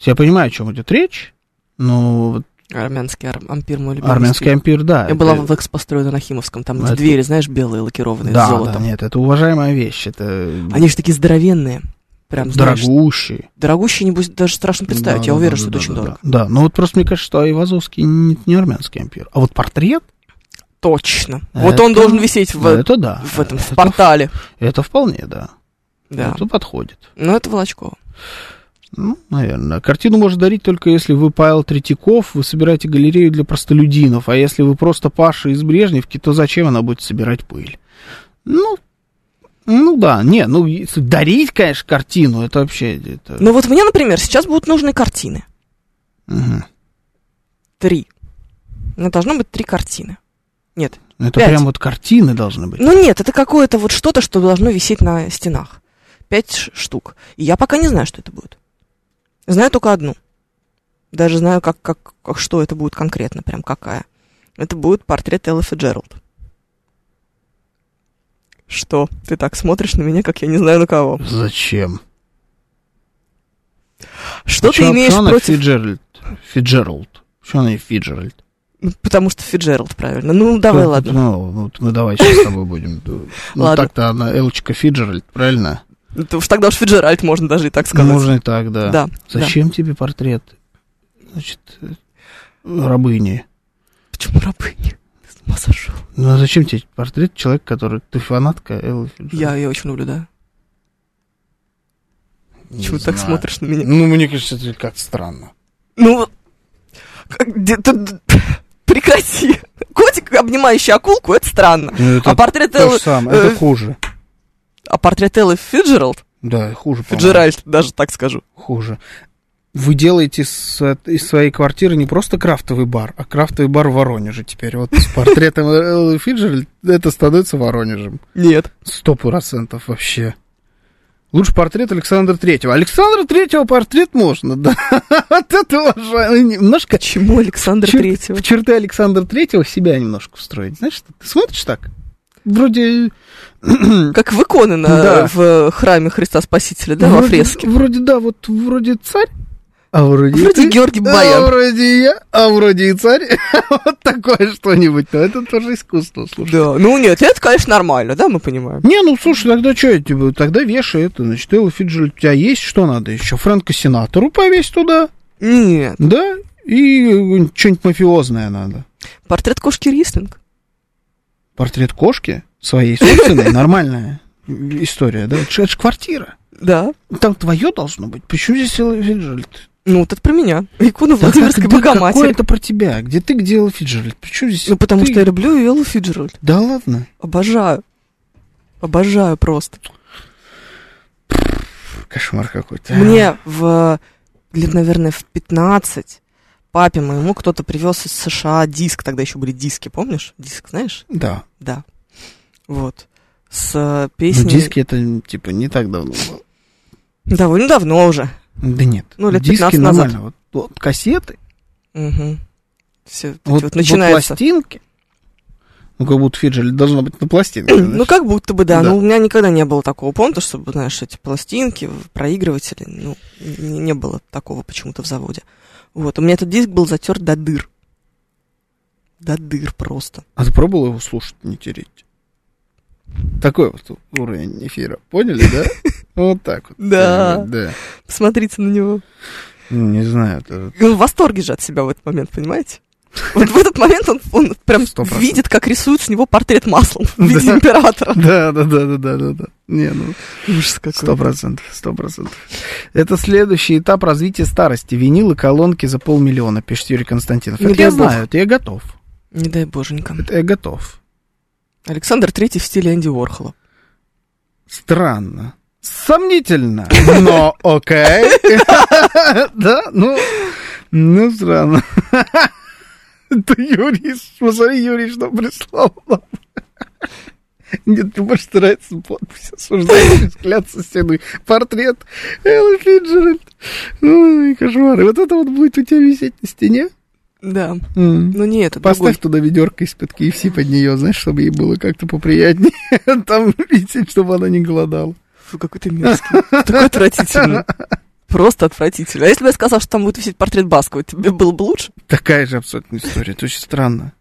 Я понимаю, о чем идет речь, но вот
Армянский ар- ампир мой любимый.
армянский
стиль.
ампир, да.
Я была
это-
в экспострое на Нахимовском. Там эти
А, Ну, Это-
двери, знаешь, белые, лакированные,
Да,
с
да,
золотом.
нет, это уважаемая вещь, это
Они же такие здоровенные. Прям, знаешь,
дорогущие.
дорогущие, небось, даже страшно представить.
Да,
Я
да,
уверен,
да,
что это
да,
очень
да,
дорого.
Да, Да, ну вот просто мне кажется, что Айвазовский не, не армянский ампир. А вот портрет,
Точно. Вот
А Это-
он должен висеть в, э,
ну, это да.
в этом, в
это,
портале.
это вполне, да.
Да.
Это подходит.
Но это Волочкова.
Ну, наверное. Картину можно дарить только если вы Павел Третьяков, вы собираете галерею для простолюдинов, а если вы просто Паша из Брежневки, то зачем она будет собирать пыль? Ну, ну да, не, ну если дарить, конечно, картину, это вообще это.
Но Ну вот мне, например, сейчас будут нужны картины.
Мгм.
Три. Ну, должно быть три картины. Нет.
Это
Пять.
прям вот картины должны быть.
Ну, нет, это какое-то вот что-то, что должно висеть на стенах. Пять ш- штук. И я пока не знаю, что это будет. Знаю только одну. Даже знаю, как, как, как что это будет конкретно, прям какая. Это будет портрет Эллы Фиджеральд. Что? Ты так смотришь на меня, как я не знаю на кого.
Зачем? А
Что
Почему-
ты имеешь
почему она
ну, против...
Фиджеральд? Фиджеральд. Почему она не Фиджеральд?
Ну, Потому что Фиджеральд, правильно. Ну, давай,
Кто-
ладно.
Ну, вот мы давай сейчас с тобой будем. Ну,
Ладно.
так-то она Элочка Фиджеральд, правильно?
Ну, то уж тогда уж Фиджеральд можно даже и так сказать.
Можно и так, да.
Да.
Зачем тебе портрет? Значит, э, рабыни.
да. Почему рабыня? Ты с ума сошел.
Ну, а зачем тебе портрет человека, который... Ты фанатка Эллы Фиджеральд?
Я ее очень люблю, да.
Не
Чего ты так
знаю.
смотришь на меня?
Ну, мне кажется, это как странно.
Ну, вот, как- где- тут- прекрати. Котик, обнимающий акулку, это странно.
Ну, это
А портрет
то
Эллы...
же самое, это
э,
хуже.
А портрет Эллы Фиджеральд?
Да, хуже, по-моему.
Фиджеральд, даже так скажу.
Хуже. Вы делаете с- из своей квартиры не просто крафтовый бар, а крафтовый бар в Воронеже теперь. Вот с портретом Эллы Фиджеральд это становится Воронежем.
Нет.
Сто процентов вообще. Лучше портрет Александра Третьего. Александра Третьего портрет можно, да. От этого же немножко
Почему Александр
Чер-
Третьего?
в черты Александра Третьего себя немножко встроить. Знаешь, ты смотришь так, вроде...
Как в иконы на,
Да.
в э, храме Христа Спасителя, Ну, да, во
вроде-
фреске.
Вроде, да, вот вроде царь, а вроде... и
Вроде
ты.
Георгий
А
Баян.
вроде и я, а вроде и царь. вот такое что-нибудь. Но это тоже искусство, слушай.
Да, ну нет, это, конечно, нормально, да, мы понимаем.
Не, ну слушай, тогда что, типа, тогда вешай это, значит, Элла Фиджеральд у тебя есть, что надо еще? Фрэнка Сенатору повесь туда,
Нет,
да, и что-нибудь мафиозное надо.
портрет кошки Рислинг.
Портрет кошки своей собственной, нормальная история, да? Это ж- это ж квартира.
Да.
Там твое должно быть. Почему здесь Элла Фиджеральд?
Ну, вот это про меня. Икона
Да
Владимирской
как- да Какое
Богоматери.
это про тебя? Где ты, где Элла Фиджеральд? Почему здесь
Ну, потому
ты?
что я люблю Эллу Фиджеральд.
Да ладно.
Обожаю. Обожаю просто.
Кошмар какой-то.
Мне в э, лет, наверное, в 15 папе моему кто-то привез из США диск, тогда еще были диски, помнишь? Диск, знаешь?
Да.
Да. Вот. С э,
Ну,
песней...
диски это, типа, не так давно было.
Довольно давно уже.
Да нет.
Ну, лет
диски
15 назад.
нормально. Вот, вот кассеты,
Угу. Все,
вот,
вот,
вот
начинается.
пластинки. Ну, как будто Фиджель должно быть на пластинке.
ну,
знаешь.
как будто бы, да.
Да.
Ну, у меня никогда не было такого понта, чтобы, знаешь, эти пластинки, в- проигрыватели, ну, не, не было такого почему-то в заводе. Вот, у меня этот диск был затерт до дыр. До дыр просто.
А ты пробовал его слушать, не тереть? Такой вот уровень эфира. Поняли, да? Вот так вот.
Да.
Да.
Посмотрите на него.
Не знаю, это...
И Он в восторге же от себя в этот момент, понимаете? Вот в этот момент он, он прям
Сто процентов.
видит, как рисуют с него портрет маслом в виде
Да.
императора.
Да, да, да, да, да, да, да. Не, ну,
Ужас какой.
Сто процентов, сто процентов. Это следующий этап развития старости. Винилы, колонки за полмиллиона, пишет Юрий Константинов.
Не
Это
дай
я
бог.
знаю, это я готов.
Не дай боженька.
Это я готов.
Александр Третий в стиле Энди Уорхола.
Странно. Сомнительно, но окей. Да, ну, ну, странно. Это Юрий, посмотри, Юрий, что прислал нам. Нет, ты больше нравится подпись, осуждающий взгляд со стены. Портрет Эллы Фиджеральд. Ой, кошмар. И вот это вот будет у тебя висеть на стене?
Да.
М.
Ну не этот,
Поставь
другой.
туда ведерко из-под KFC под нее, знаешь, чтобы ей было как-то поприятнее. Там висеть, чтобы она не голодала.
Фу, какой ты мерзкий. Такой отвратительный. Просто отвратительно. А если бы я сказала, что там будет висеть портрет Баскова, тебе было бы лучше?
Такая же абсолютная история. Это очень странно.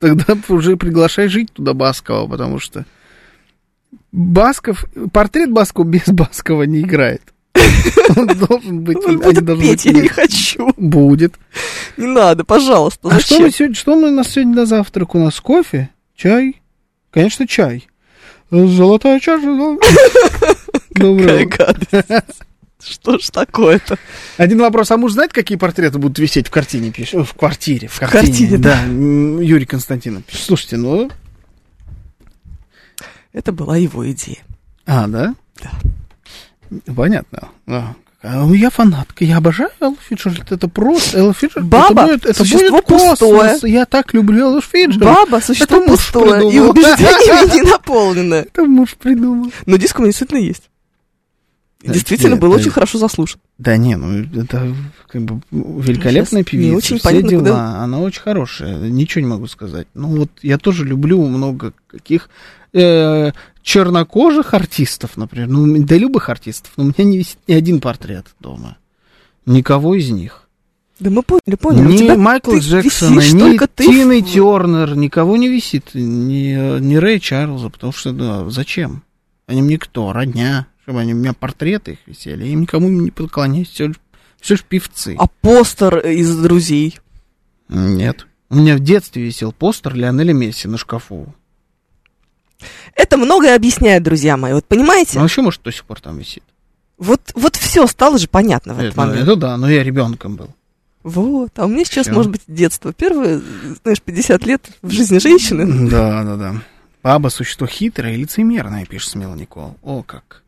Тогда уже приглашай жить туда Баскова, потому что Басков, портрет Баскова без Баскова не играет. Он должен быть...
Он
они
будет
должны
петь, я
быть-
не хочу.
Будет.
Не надо, пожалуйста.
А что,
Зачем?
мы сегодня, что мы- у нас сегодня на завтрак? У нас кофе, чай, конечно, чай. Золотая чаша. золо- Доброе
Какая
утро.
гадость. Что ж такое-то?
Один вопрос, а муж знает, какие портреты будут висеть в картине? пишет? Э, В квартире. В картине,
картине,
да. М, Юрий Константинов. пишет. Слушайте, ну...
Это была его идея.
А, да?
Да.
Понятно. Да. А, ну, я фанатка, я обожаю Элла Фиджеральд, это просто Элла Фиджеральд.
Баба,
это будет, это
существо
будет космос.
пустое.
Я так люблю Эллу Фиджеральд.
Баба существо
Это муж
пустое и
придумал.
убеждениями не наполненное.
Это муж придумал.
Но диск у меня действительно есть. И
Да,
Действительно,
нет,
был
да.
очень хорошо заслушан.
Да не, ну это как бы великолепная
Сейчас не
певица,
очень
все
понятно,
дела,
куда-
она очень хорошая, ничего не могу сказать. Ну вот я тоже люблю много каких э, чернокожих артистов, например, ну да любых артистов, но у меня не висит ни один портрет дома, никого из них.
Да мы поняли, поняли.
ни
у тебя
Майкл
ты
Джексона,
висишь,
ни
только ты
Тины
в-
Тернер, никого не висит, ни, ни Рэя Чарльза, потому что, да, зачем? Они мне кто, родня, чтобы они у меня портреты их висели, я им никому не поклоняюсь, все, все ж певцы.
а постер из друзей.
Нет. У меня в детстве висел постер Лионеля Месси на шкафу.
Это многое объясняет, друзья мои. Вот понимаете?
Ну, еще, может, до сих пор там висит.
Вот, вот все стало же понятно в этот
это, ну,
момент.
это да, но я ребенком был.
Вот. А у меня сейчас,
Всё.
может быть, детство. Первое, знаешь, 50 лет в жизни женщины.
Да, да, да. Баба – существо хитрое и лицемерное, пишет Смела Никол. О, как.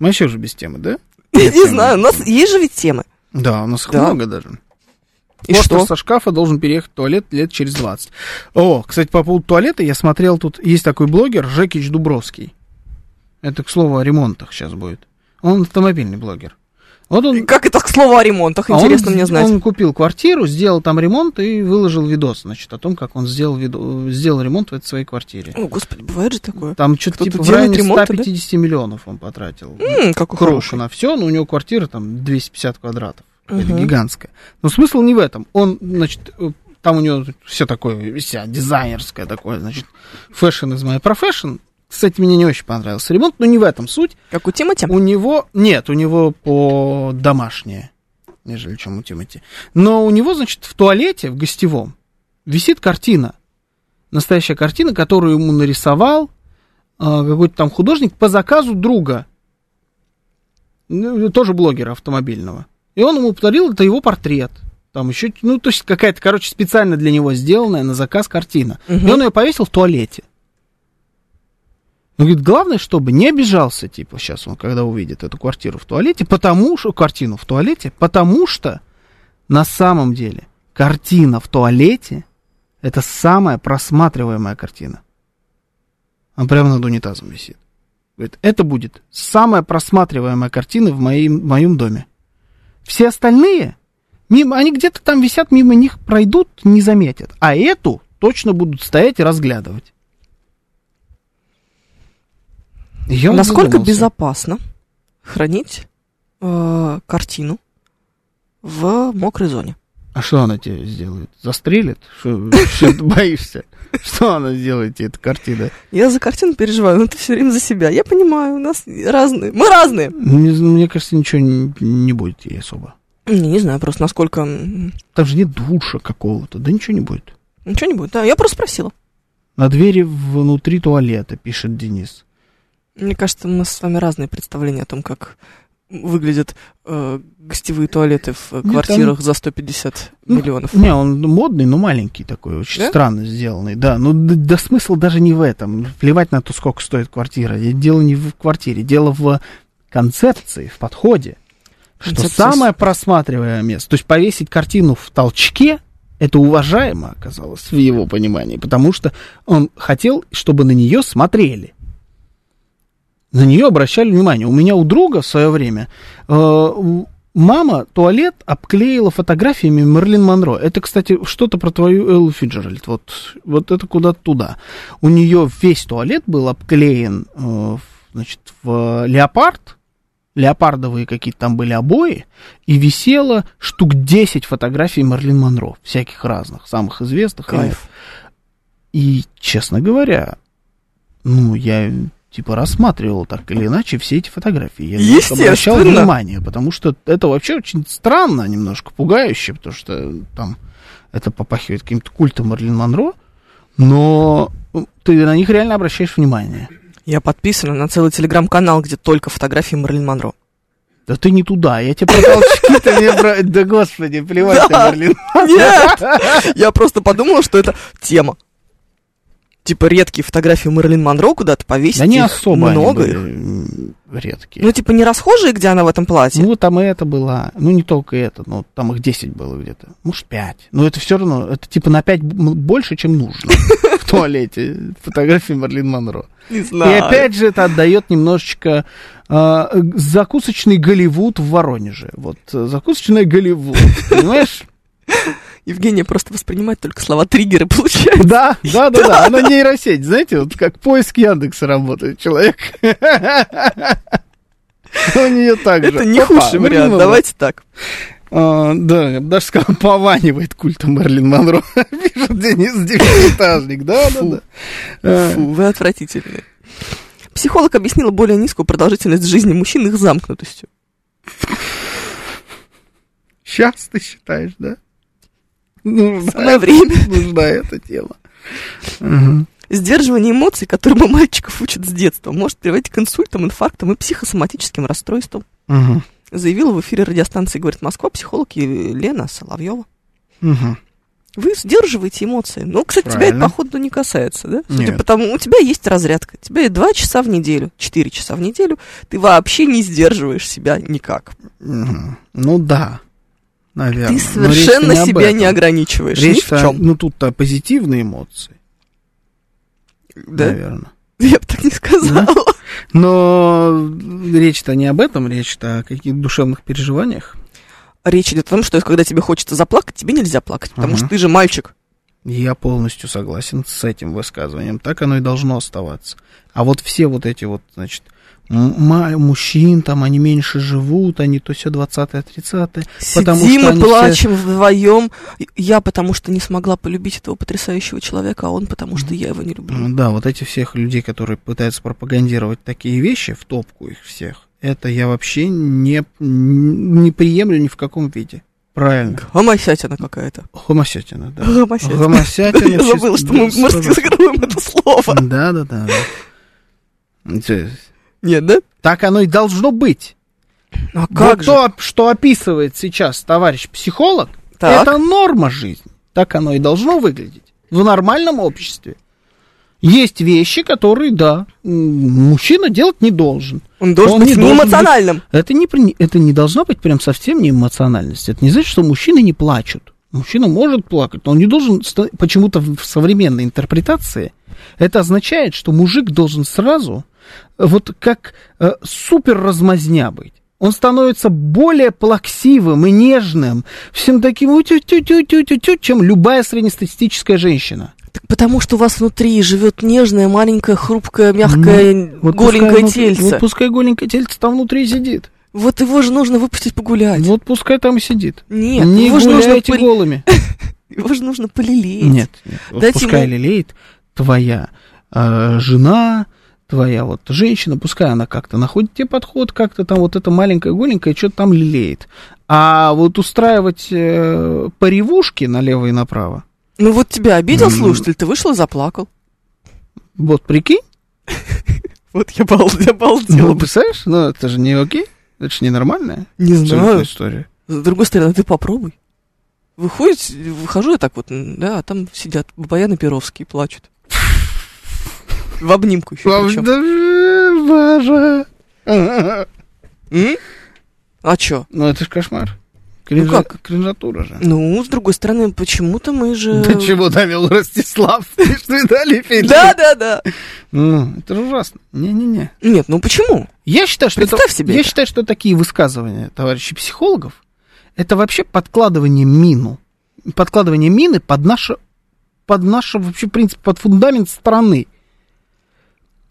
Мы еще же без темы, да?
Не знаю, у нас есть же ведь темы.
Да, у нас их
Да.
много даже.
И
Постер
что?
со шкафа должен переехать в туалет лет через 20. О, кстати, по поводу туалета я смотрел, тут есть такой блогер Жекич Дубровский. Это, к слову, о ремонтах сейчас будет. Он автомобильный блогер. Вот он...
Как это к слову о ремонтах?
а он
Э, Интересно
з-
мне знать.
Он купил квартиру, сделал там ремонт и выложил видос, значит, о том, как он сделал, видо- э, сделал ремонт в этой своей квартире.
О, господи, бывает же такое.
Там что-то
Э, Кто-то
типа в
делает
районе
ремонты, да?
150 миллионов он потратил.
М, какой
Кроша
хороший.
на все, но у него квартира там 250 квадратов. Это
Мгм.
гигантская. Но смысл не в этом. Он, значит, э, там у него все такое, вся дизайнерское такое, значит, фэшн из моей профессион. Кстати, мне не очень понравился ремонт, но не в этом суть.
Как у Тимати?
У него, нет, у него по домашнее, нежели чем у Тимати. Но у него, значит, в туалете, в гостевом, висит картина. Настоящая картина, которую ему нарисовал э, какой-то там художник по заказу друга. Ну, Тоже блогера автомобильного. И он ему подарил, это его портрет. Там еще, ну, то есть какая-то, короче, специально для него сделанная на заказ картина.
Мгм.
И он ее повесил в туалете. Он говорит, главное, чтобы не обижался, типа, сейчас он, когда увидит эту квартиру в туалете, потому что, картину в туалете, потому что на самом деле картина в туалете это самая просматриваемая картина. Она прямо над унитазом висит. Говорит, это будет самая просматриваемая картина в моем, в моем доме. Все остальные, мимо, они где-то там висят, мимо них пройдут, не заметят. А эту точно будут стоять и разглядывать. И я вот
Насколько
задумался.
безопасно хранить э, картину в мокрой зоне?
А что она тебе сделает? Застрелит? Что что ты боишься? Что она сделает тебе, эта картина?
Я за картину переживаю, но ты все время за себя. Я понимаю, у нас разные. Мы разные.
Не зн- Мне кажется, ничего не не будет ей особо.
Не, не знаю просто, насколько... м,
Там же нет душа какого-то, да ничего не будет.
Ничего не будет. Да, я просто спросила.
На двери внутри туалета, пишет Денис.
Мне кажется, мы с вами разные представления о том, как выглядят э, гостевые туалеты в э,
там-
квартирах за 150
Ну,
миллионов.
Не, он модный, но маленький такой, очень
Да?
странно сделанный. Да, но д- да смысл даже не в этом. Плевать на то, сколько стоит квартира. Дело не в квартире, дело в концепции, в подходе. Что
Концепция с-
самое просматриваемое место, то есть повесить картину в толчке, это уважаемо оказалось в его понимании, потому что он хотел, чтобы на нее смотрели. На нее обращали внимание. У меня у друга в свое время э, у- мама туалет обклеила фотографиями Мерлин Монро. Это, кстати, что-то про твою Эллу Фиджеральд. Вот, вот это куда-то туда. У нее весь туалет был обклеен э, в- значит, в э, леопард, леопардовые какие-то там были обои, и висело штук 10 фотографий Мерлин Монро, всяких разных, самых известных.
Кайф.
И, честно говоря, ну, я типа рассматривал так или иначе все эти фотографии. Я на них обращал
Естественно.
внимание, потому что это вообще очень странно, немножко пугающе, потому что там это попахивает каким-то культом Марлин Монро, но ну, ты на них реально обращаешь внимание.
Я подписана на целый телеграм-канал, где только фотографии Марлин Монро.
Да ты не туда, я тебе про толчки, ты мне про... Да господи, плевать
Да.
на Марлин.
Нет! Я просто подумала, что это тема. Типа редкие фотографии Марлин Монро куда-то повесить.
Да не
их
особо они
Много
были,
их.
м, редкие.
Ну, типа не расхожие, где она в этом платье.
Ну, там и это было. Ну, не только это, но там их 10 было где-то. Может, 5. Но это все равно, это типа на 5 больше, чем нужно в туалете. Фотографии Марлин Монро.
не
И
знаю.
опять же, это отдает немножечко э, закусочный Голливуд в Воронеже. Вот, э, закусочный Голливуд, понимаешь?
Евгения просто воспринимает только слова триггеры, получается.
Да, да, да, да. Она нейросеть, знаете, вот как поиск Яндекса работает человек. У нее так же.
Это не
Опа,
худший
Марлин
вариант.
Монро.
Давайте так.
А, да, я бы даже сказал, пованивает культом Мерлин Монро. Пишет Денис Девятиэтажник. Да, да, да. А,
Фу, вы отвратительны. Психолог объяснила более низкую продолжительность жизни мужчин их замкнутостью.
Сейчас ты считаешь, да? Нужна,
Самое время.
нужна эта тема. Ага.
Сдерживание эмоций, которому мальчиков учат с детства, может приводить к инсультам, инфарктам и психосоматическим расстройствам.
Ага.
Заявила в эфире радиостанции «Говорит Москва» психолог Елена Соловьева.
Ага.
Вы сдерживаете эмоции. Ну, кстати, тебя
Правильно.
это, походу, не касается, да? Судя
Нет.
по тому, у тебя есть разрядка. Тебе 2 часа в неделю, 4 часа в неделю, ты вообще не сдерживаешь себя никак.
Мгм. Ну да, наверное.
ты совершенно себя не
ограничиваешь.
ограничиваешь
Речь
ни в чем.
ну тут-то позитивные эмоции,
Да?
наверное.
Я бы так не сказала.
Но речь-то не об этом, речь-то о каких-то душевных переживаниях.
Речь идет о том, что когда тебе хочется заплакать, тебе нельзя плакать, потому
Ага.
что ты же мальчик.
Я полностью согласен с этим высказыванием. Так оно и должно оставаться. А вот все вот эти вот, значит, м- ма- мужчин там, они меньше живут, они то все 20-е, 30-е. Потому
Сидим
что
и
они
плачем вдвоем. Я потому что не смогла полюбить этого потрясающего человека, а он потому что я его не люблю.
Ну Да, вот эти всех людей, которые пытаются пропагандировать такие вещи, в топку их всех, это я вообще не, не приемлю ни в каком виде. Правильно.
Гомосятина какая-то.
Хомосятина, да.
Гомосятина.
Гомосятина.
Я забыла, что мы в Морске закрываем это слово.
Да, да, да. да. Те-
Нет, да?
Так оно и должно быть.
А как
Вот
же?
то, что описывает сейчас товарищ психолог,
Так.
Это норма жизни. Так оно и должно выглядеть. В нормальном обществе. Есть вещи, которые, да, м, мужчина делать не должен.
Он должен
он не
быть
должен
неэмоциональным.
Это не, при- это не должна быть прям совсем не эмоциональность. Это не значит, что мужчины не плачут. Мужчина может плакать, но он не должен... ста- Почему-то в современной интерпретации это означает, что мужик должен сразу э, вот как э, супер размазня быть. Он становится более плаксивым и нежным, всем таким у тю тю тю тю тю тю чем любая среднестатистическая женщина.
Так потому что у вас внутри живет нежное, маленькое, хрупкое, мягкое,
Вот пускай
голенькое
внутри-
тельце.
Вот пускай голенькое тельце там внутри и сидит.
Вот его же нужно выпустить погулять.
Вот пускай там и сидит.
Нет,
не
его же нужно
гуляйте
пол-
голыми.
его же нужно полелеять.
Нет, нет. Вот
Дайте
пускай
ему-
лелеет твоя э, жена, твоя вот женщина, пускай она как-то находит тебе подход, как-то там вот эта маленькая голенькая что-то там лелеет. А вот устраивать э, поревушки налево и направо,
Ну вот тебя обидел
М.
слушатель, ты вышел и заплакал.
вот прикинь,
Вот я бал- я
ну,
обалдела.
представляешь, ну это же не окей, это же ненормальная
Не
абсолютная
знаю.
история.
С другой стороны, «А ты попробуй. Выходит, выхожу я так вот, м, да, а там сидят Бабаян и Перовский и плачут. В обнимку еще причем.
Да, Боже.
М? А чё?
Ну это же кошмар.
Ну
Кринжа-
как?
Кринжатура же.
Ну, с другой стороны, почему-то мы же...
До чего довел Ростислав? Ты что, видали фильм?
Да, да, да.
Ну, это же ужасно. Не-не-не.
Нет, ну почему?
Я считаю, что это,
Представь себе
я
это.
считаю, что такие высказывания товарищей психологов это вообще подкладывание мину. Подкладывание мины под наше под наш вообще принцип, под фундамент страны.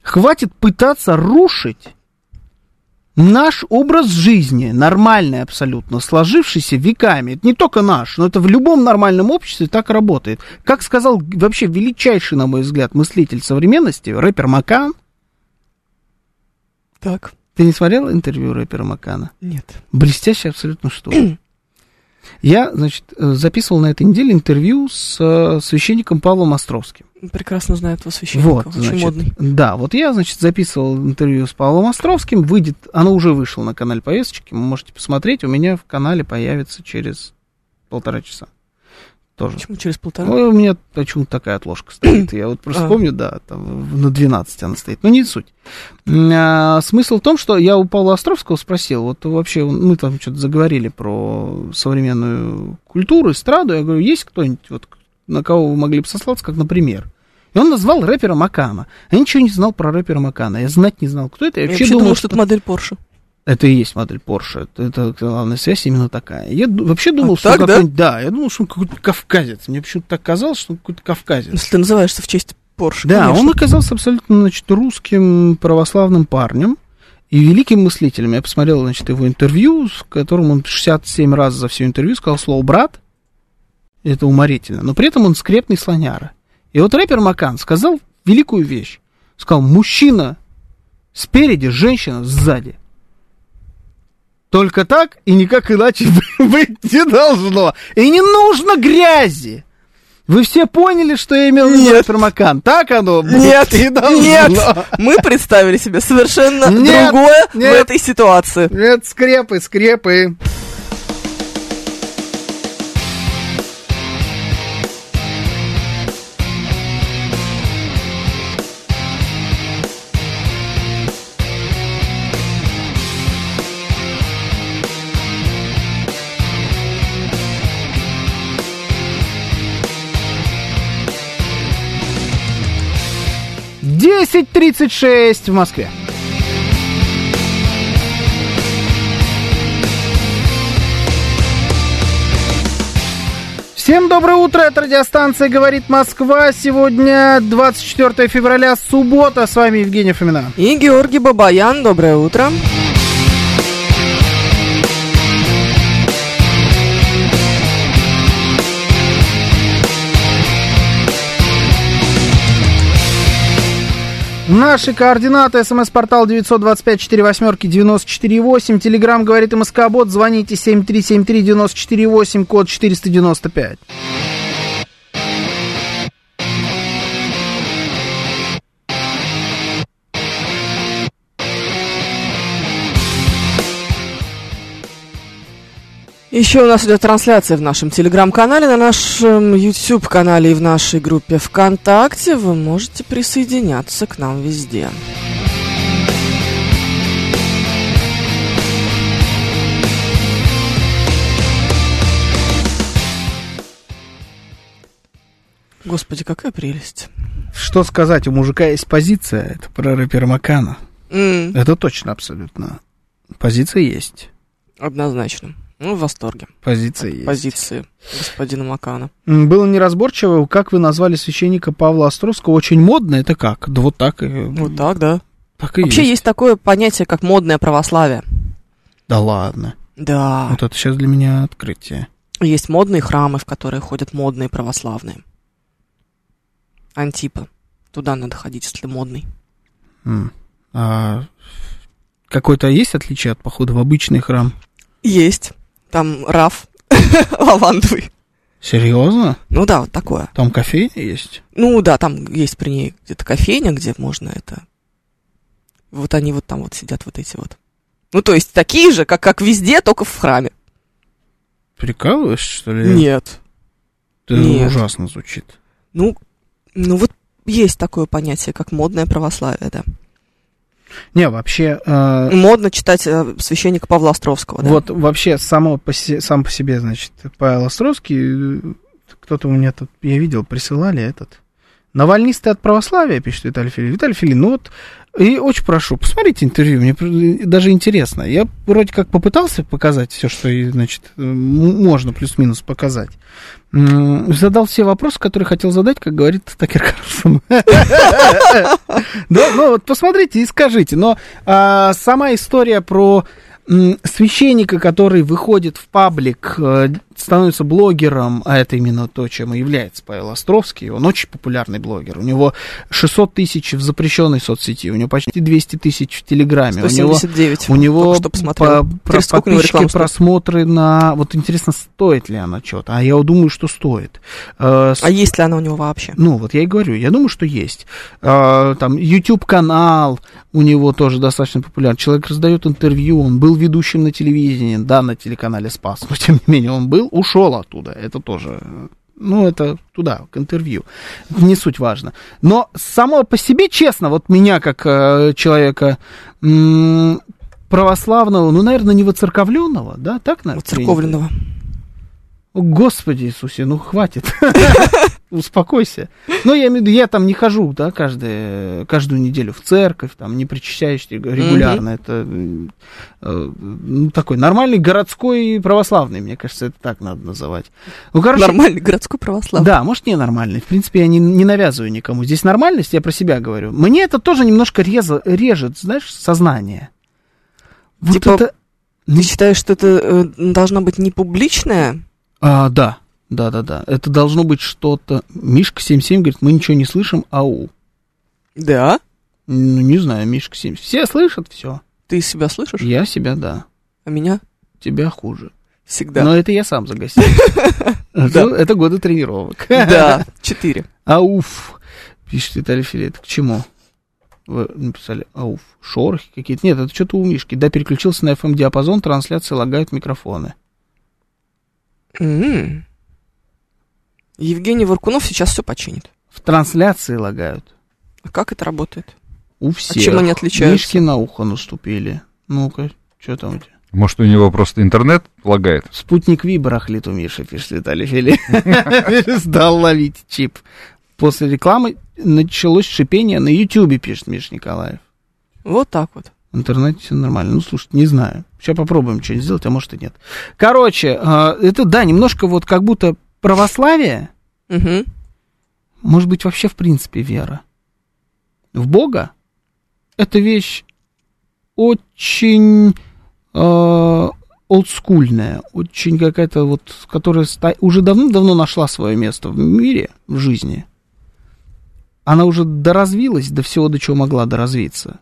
Хватит пытаться рушить наш образ жизни, нормальный абсолютно, сложившийся веками. Это не только наш, но это в любом нормальном обществе так работает. Как сказал вообще величайший, на мой взгляд, мыслитель современности, рэпер Макан,
Так,
ты не смотрел интервью рэпера Макана?
нет.
Блестящая абсолютно штука. Я, значит, э, записывал на этой неделе интервью с э, священником Павлом Островским.
Прекрасно знаю этого священника,
вот,
очень
значит,
модный.
Да, вот я, значит, записывал интервью с Павлом Островским. Выйдет, оно уже вышло на канале повесточки, вы можете посмотреть. У меня в канале появится через полтора часа. Тоже.
Почему через полтора?
Ну, у меня почему-то такая отложка стоит. Я вот просто
А.
помню, да, там в- на 12 она стоит. Но не суть. М, а, смысл в том, что я у Павла Островского спросил, вот вообще он- мы там что-то заговорили про современную культуру, эстраду. Я говорю, есть кто-нибудь, вот, на кого вы могли бы сослаться, как, например? И он назвал рэпера Макана. Я ничего не знал про рэпера Макана. Я знать не знал, кто это. Я
Я
вообще, думал, что
это модель Порше.
это и есть модель Porsche. Это, это главная связь именно такая. Я ду- вообще думал,
А
что
так,
он
да?
какой-нибудь- да? я думал, что он какой-то кавказец. Мне почему-то так казалось, что он какой-то кавказец.
Если ты называешься в честь Порше,
Да,
конечно.
он оказался абсолютно, значит, русским православным парнем. и великим мыслителем. Я посмотрел, значит, его интервью, с которым он 67 раз за все интервью сказал слово «брат». Это уморительно. Но при этом он скрепный слоняра. И вот рэпер Макан сказал великую вещь. Сказал, мужчина спереди, женщина сзади. Только так и никак иначе быть не должно. И не нужно грязи. Вы все поняли, что я имел в виду
Нет.
рэпер Макан? Так оно быть
Нет,
и должно.
нет, мы представили себе совершенно
Нет,
другое в
нет.
этой ситуации.
Нет, скрепы, скрепы. Десять тридцать шесть в Москве. Всем доброе утро, это радиостанция «Говорит Москва». Сегодня 24 февраля, суббота. С вами Евгений Фомина.
И Георгий Бабаян, доброе утро.
Наши координаты. СМС-портал 925-48-94-8. Телеграмм «Говорит МСК-бот». Звоните 7373-94-8, код 495.
Еще у нас идет трансляция в нашем телеграм-канале, на нашем YouTube-канале и в нашей группе ВКонтакте. Вы можете присоединяться к нам везде. Господи, какая прелесть.
Что сказать, у мужика есть позиция. Это про рэпера Макана.
М,
Это точно абсолютно. Позиция есть.
однозначно. Ну, в восторге.
Позиция есть.
Позиции господина Макана.
М, Было неразборчиво, как вы назвали священника Павла Островского. Очень модно, это как? Да вот так. э, и-
Вот так, да.
Так и
Вообще
есть.
есть такое понятие, как модное православие.
Да ладно.
Да.
Вот это сейчас для меня открытие.
Есть модные храмы, в которые ходят модные православные. Антипа. Туда надо ходить, если модный.
М. А какое-то есть отличие от похода в обычный храм?
Есть. Там раф лавандовый.
Серьезно?
Ну да, вот такое.
Там кофейня есть?
Ну да, там есть при ней где-то кофейня, где можно это... Вот они вот там вот сидят, вот эти вот. Ну то есть такие же, как, как везде, только в храме.
Прикалываешься, что ли?
Нет.
Это
нет.
ужасно звучит.
Ну, ну вот есть такое понятие, как модное православие, да.
Не, вообще, э,
Модно читать э, священника Павла Островского, да.
вот вообще само по се- сам по себе, значит, Павел Островский, э, кто-то у меня тут, я видел, присылали этот. Навальнисты от православия, пишет Виталий Филин. Виталий Филин, ну вот, и очень прошу, посмотрите интервью, мне пр- даже интересно. Я вроде как попытался показать все, что, и, значит, м- можно плюс-минус показать. М, Задал все вопросы, которые хотел задать, как говорит Такер Карлсон. Да, ну вот посмотрите и скажите. Но а, сама история про м, священника, который выходит в паблик, э, становится блогером, а это именно то, чем и является Павел Островский, он очень популярный блогер, у него 600 тысяч в запрещенной соцсети, у него почти 200 тысяч в Телеграме, у него
179.
у него
Только что посмотрел.
по- про-
Через сколько у него
подписчики,
рекламы стоит?
просмотры на... Вот интересно, стоит ли она что-то? А я вот думаю, что стоит. Э, с-
А есть ли она у него вообще?
Ну, вот я и говорю, я думаю, что есть. Э, Там YouTube-канал у него тоже достаточно популярный. Человек раздает интервью, он был ведущим на телевидении, да, на телеканале «Спас», но тем не менее он был, ушел оттуда, это тоже... э, Ну, это туда, к интервью. Не суть важно. Но само по себе, честно, вот меня как э, человека м, православного, ну, наверное, не воцерковленного, да, так, наверное?
Вот церковленного.
О, Господи Иисусе, ну хватит. Успокойся. Ну, я имею в виду, я там не хожу, да, каждое- каждую неделю в церковь, там, не причащаюсь регулярно. Это м, э, ну, такой нормальный городской православный, мне кажется, это так надо называть. Ну, короче,
Нормальный городской православный.
да, может, не нормальный. В принципе, я не, не навязываю никому. Здесь нормальность, я про себя говорю. Мне это тоже немножко реза- режет, знаешь, сознание. Вот
Типа-
это...
Ты считаешь, что это э, должна быть не публичная?
А, да, да, да, да. Это должно быть что-то... Мишка 77 говорит, мы ничего не слышим, ау.
Да.
Ну, не знаю, Мишка 7. Все слышат все.
Ты себя слышишь?
Я себя, да.
А меня
Тебя хуже.
всегда.
Но это я сам загасил. Это это годы тренировок.
Да, четыре.
Ауф, пишет Виталий Филет. К чему? Вы написали ауф. Шорохи какие-то. Нет, это что-то у Мишки. Да, переключился на FM-диапазон, трансляции лагают микрофоны.
М. М-м. Евгений Варкунов сейчас все починит.
В трансляции лагают.
А как это работает?
У всех.
А чем они отличаются?
Мишки на ухо наступили. Ну-ка, что там у тебя?
Может, у него просто интернет лагает?
Спутник Ви барахлит у Миши, пишет Виталий Филе. Стал ловить чип. После рекламы началось шипение на Ютьюбе, пишет Миша Николаев.
Вот так вот.
В интернете все нормально. Ну, слушай, не знаю. Сейчас попробуем что-нибудь сделать, а может и нет. Короче, а, это, да, немножко вот как будто православие,
Мгм.
может быть, вообще в принципе вера. В Бога это вещь очень э, олдскульная, очень какая-то вот, которая ста- уже давно-давно нашла свое место в мире, в жизни. Она уже доразвилась до всего, до чего могла доразвиться.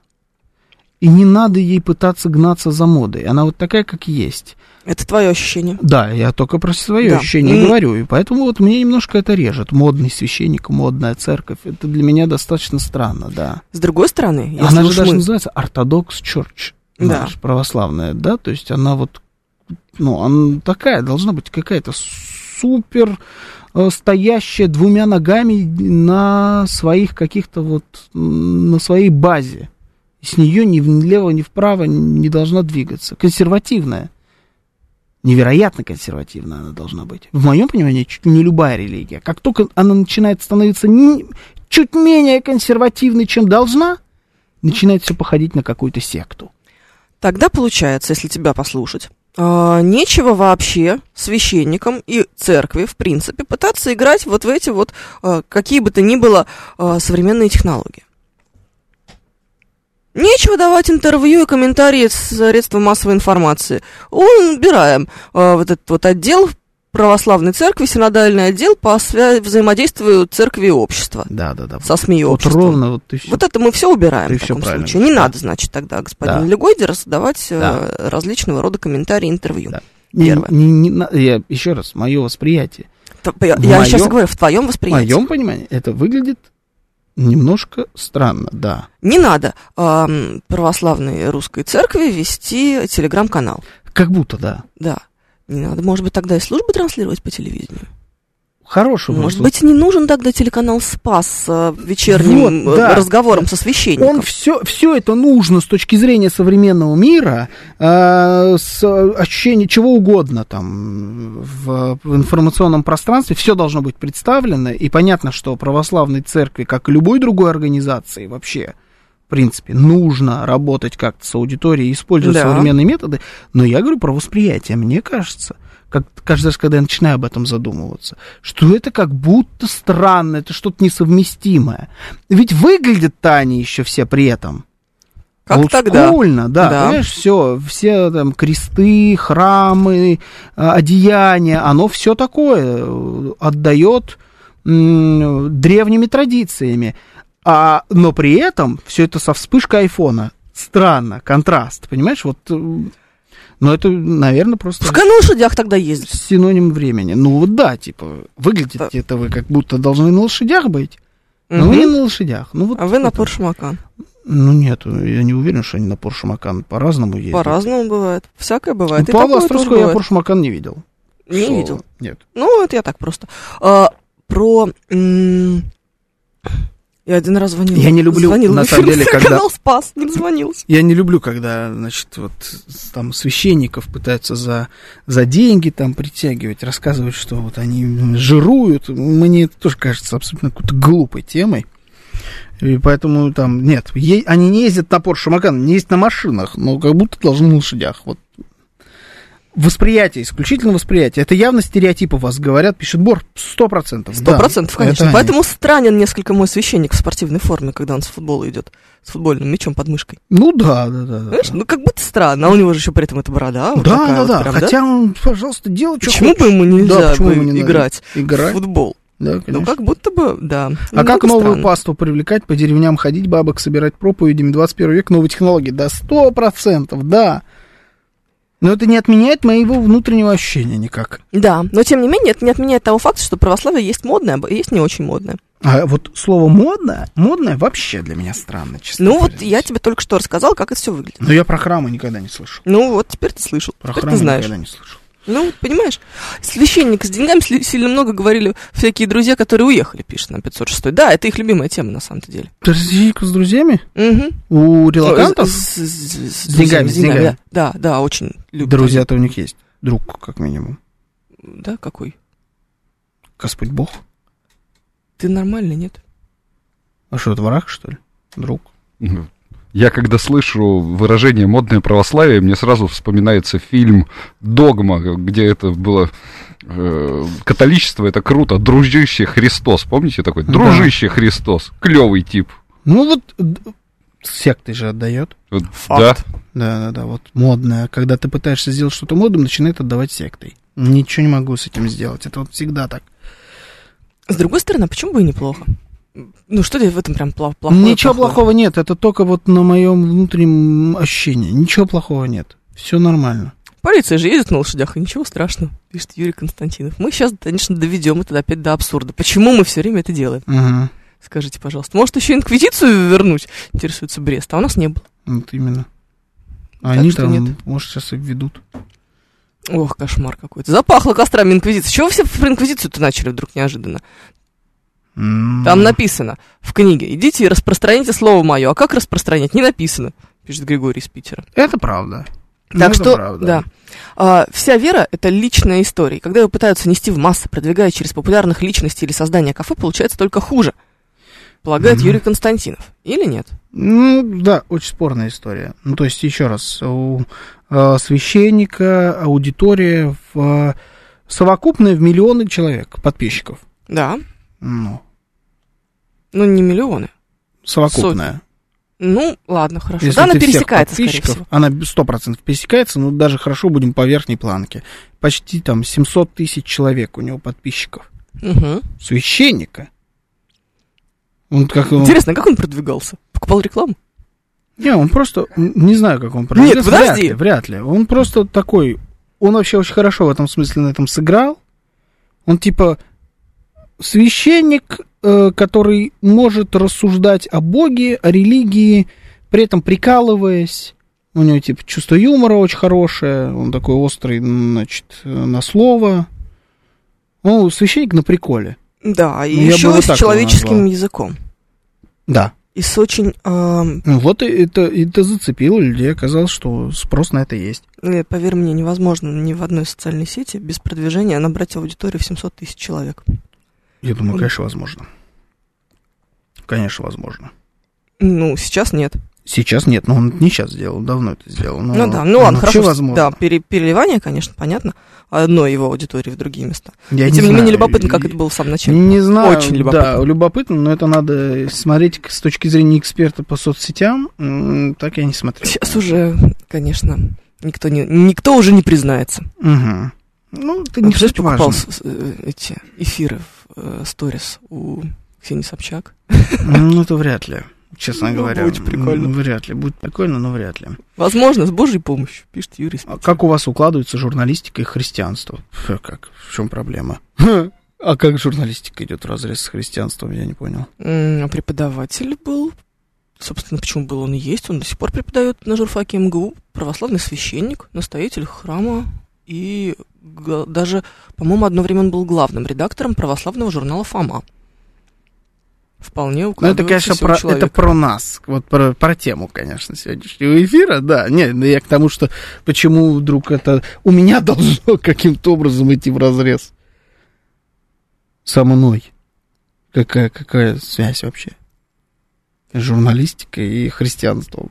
И не надо ей пытаться гнаться за модой. Она вот такая, как есть.
Это твое ощущение.
Да, я только про свое
Да.
ощущение
И-
говорю, и поэтому вот мне немножко это режет. Модный священник, модная церковь, это для меня достаточно странно, да.
С другой стороны, если
она
уж
же даже
мы-
называется ортодокс Church,
Да.
она же православная, да, то есть она вот, ну, она такая должна быть какая-то супер э, стоящая двумя ногами на своих каких-то вот, м, на своей базе. И С нее ни влево, ни вправо не должна двигаться. Консервативная. Невероятно консервативная она должна быть. В моем понимании, чуть ли не любая религия. Как только она начинает становиться ни- чуть менее консервативной, чем должна, начинает все походить на какую-то секту.
Тогда получается, если тебя послушать, а, нечего вообще священникам и церкви, в принципе, пытаться играть вот в эти вот, а, какие бы то ни было, а, современные технологии. Нечего давать интервью и комментарии с средства массовой информации. Убираем а, вот этот вот отдел православной церкви, синодальный отдел по свя- взаимодействию церкви и общества,
Да, да, да.
со СМИ и
Вот
обществом.
ровно вот ты всё-
Вот это мы все убираем
Ты
в
всё
таком
правильно
случае. Не
говоришь,
надо, значит, тогда господину
Да.
Легойдеру создавать э,
Да.
различного рода комментарии, интервью.
Да. Не-
первое.
не- не на- я, еще раз, мое восприятие.
Т- Я,
В
я
моём-
сейчас говорю, в твоем
В
восприятии.
моем понимании это выглядит немножко странно, да.
Не надо эм, православной русской церкви вести телеграм-канал.
Как будто, да.
Да. Не надо, может быть, тогда и службы транслировать по телевидению.
Хороший
Может
вопрос.
быть, не нужен тогда телеканал Спас с э, вечерним
Вот,
э,
да.
разговором со священником.
Он все, все это нужно с точки зрения современного мира, э, с ощущением чего угодно там в, в информационном пространстве, все должно быть представлено, и понятно, что православной церкви, как и любой другой организации вообще, в принципе, нужно работать как-то с аудиторией, использовать
Да.
современные методы, но я говорю про восприятие, мне кажется, как, каждый раз, когда я начинаю об этом задумываться, что это как будто странно, это что-то несовместимое. Ведь выглядят-то они еще все при этом.
как тогда?
Олдскульно, да,
Да.
понимаешь, все, все там кресты, храмы, э, одеяния, оно все такое э, отдает м, древними традициями. А, но при этом все это со вспышкой айфона. Странно, контраст, понимаешь, вот... э, Но это, наверное, просто
В на лошадях тогда ездить.
синоним времени. Ну вот да, типа, выглядит
Так.
это вы как будто должны на лошадях быть. Но вы не на лошадях. Ну, вот
А вы на
это.
Порш Макан.
Ну нет, я не уверен, что они на Порше Макан по-разному ездят.
По-разному бывает. Всякое
Ну,
бывает. И
Павла
А такое тоже
Островского я
бывает.
Порше Макан не видел.
Не
Что-
видел.
Нет.
Ну, это я так просто. А, про... м, Я один раз звонила.
Я не люблю,
Звонила
на
в эфир
самом деле, когда-
телеканал спас, не дозвонилась.
Я не люблю, когда, значит, вот с- там священников пытаются за, за деньги там притягивать, рассказывать, что вот они жируют. Мне это тоже кажется абсолютно какой-то глупой темой. И поэтому там, нет, е- они не ездят на Порше Макан, они ездят на машинах, но как будто должны на лошадях. Вот. Восприятие, исключительно восприятие. Это явно стереотипы вас говорят, пишет Бор, 100%.
Сто
да,
процентов, конечно.
это они.
Поэтому странен несколько мой священник в спортивной форме, когда он с футбола идет, с футбольным мячом под мышкой.
Ну да, да, да. да.
Знаешь, ну как будто странно, а у него же еще при этом эта борода. Ну, вот
да,
такая
да,
вот
да.
прям,
Хотя он, пожалуйста, делай, что
Почему бы ему нельзя
Да, почему
бы
ему не надо?
играть в
Играй.
футбол?
Да,
Ну
конечно.
как будто бы, да.
А как
Немного
новую
странно.
паству привлекать, по деревням ходить, бабок собирать проповедями, 21 век, новые технологии? Да, сто процентов, да. Но это не отменяет моего внутреннего ощущения никак.
Да, но тем не менее это не отменяет того факта, что православие есть модное, а есть не очень модное.
А вот слово модное, модное вообще для меня странно, честно
Ну вот
говоря.
я тебе только что рассказал, как это все выглядит.
Но я про храмы никогда не слышал.
Ну вот теперь ты слышал,
Про
теперь
храмы
ты знаешь.
никогда не слышал.
Ну, вот понимаешь, священник с деньгами сли- сильно много говорили всякие друзья, которые уехали, пишет на 506. Да, это их любимая тема на самом-то деле.
Друзейка с друзьями?
Угу.
У релакантов?
С, с- с
деньгами, с деньгами.
Да, да, да, очень любят.
Друзья-то у них есть. Друг, как минимум.
Да, какой?
Господь Бог.
Ты нормальный, нет?
А что, это враг, что ли? Друг.
Я когда слышу выражение «модное православие», мне сразу вспоминается фильм «Догма», где это было... э, Католичество это круто, дружище Христос, помните такой?
Да.
Дружище Христос, клевый тип.
Ну вот д- секты же отдает.
Вот,
Факт.
Да,
Да, да, да, вот модное. Когда ты пытаешься сделать что-то модным, начинает отдавать сектой. Ничего не могу с этим сделать. Это вот всегда так.
С другой стороны, а почему бы и неплохо? Ну, что тебе в этом прям пла- плохое?
Ничего плохого нет. Это только вот на моем внутреннем ощущении. Ничего плохого нет. Все нормально.
Полиция же ездит на лошадях, и ничего страшного, пишет Юрий Константинов. Мы сейчас, конечно, доведем это опять до абсурда. Почему мы все время это делаем?
Ага.
Скажите, пожалуйста. Может, еще инквизицию вернуть? Интересуется Брест, а у нас не было.
Вот именно. А они
что
там,
нет.
может, сейчас и введут.
Ох, кошмар какой-то. Запахло кострами инквизиции. Чего вы все про инквизицию-то начали вдруг неожиданно? Там написано в книге. Идите и распространите слово мое. А как распространять? Не написано, пишет Григорий из Питера.
Это правда.
Так
Ну, Это
что,
правда.
да. А, вся вера — это личная история. И Когда ее пытаются нести в массы, продвигая через популярных личностей или создание кафе, получается только хуже. Полагает
Мгм.
Юрий Константинов. Или нет?
Ну, да, очень спорная история. Ну, то есть, еще раз, у э, священника аудитория в, э, совокупная в миллионы человек, подписчиков.
Да.
Ну,
Ну, не миллионы.
совокупная.
Ну, ладно, хорошо.
Если
да, она
ты всех
пересекается, скорее
подписчиков,
всего.
Она 100% пересекается, но даже хорошо будем по верхней планке. Почти там 700 тысяч человек у него подписчиков.
Мгм.
Священника. Он как он-
Интересно, а как он продвигался? Покупал рекламу?
Не, он просто, м, не знаю, как он
Нет,
произнес. Вряд
подожди.
ли, вряд ли. Он просто такой, он вообще очень хорошо в этом смысле на этом сыграл. Он типа священник, э, который может рассуждать о Боге, о религии, при этом прикалываясь. У него типа чувство юмора очень хорошее, он такой острый, значит, э, на слово. Ну, священник на приколе.
Да, и
Ну, я бы
еще
вот
с
так его
человеческим
назвал.
языком.
Да.
И с очень, эм,
Ну, Вот и это, это зацепило людей, оказалось, что спрос на это есть.
э, поверь мне, невозможно ни в одной социальной сети без продвижения набрать аудиторию в 700 тысяч человек.
Я думаю,
Он-
конечно, возможно. Конечно, возможно.
Ну, сейчас нет.
Сейчас нет, но он это не сейчас сделал, давно это сделал. но-
ну да, ну
но
ладно,
вообще
хорошо.
возможно.
Да, пере- переливание, конечно, понятно. Одной его аудитории в другие места.
Я
и тем не, менее
знаю,
любопытно, как
и-
это было в самом начале.
Не знаю,
Очень
да, любопытно, но это надо смотреть к- с точки зрения эксперта по соцсетям. М, Так я не смотрел.
Сейчас уже, конечно, никто, не, никто уже не признается.
Мгм. Ну, это
Ну,
не
Представляешь,
суть важно.
покупал с- с- э, эти эфиры в э, сторис у Ксении Собчак.
Ну, это вряд ли, честно
Ну,
говоря.
будет прикольно.
М, Вряд ли, будет прикольно, но вряд ли.
Возможно, с Божьей помощью, пишет Юрий.
А Как у вас укладывается журналистика и христианство? Фу, Как? В чем проблема? А как журналистика идет в разрез с христианством, я не понял.
М, а Преподаватель был. Собственно, почему был он и есть. Он до сих пор преподает на журфаке МГУ. Православный священник, настоятель храма. И га- даже, по-моему, одно время он был главным редактором православного журнала «Фома». Вполне
Ну, это, конечно,
укладывается
про, это про нас, вот про, про тему, конечно, сегодняшнего эфира, да. Не, ну, я к тому, что почему вдруг это у меня должно каким-то образом идти в разрез со мной. Какая, какая связь вообще? Журналистика и христианство.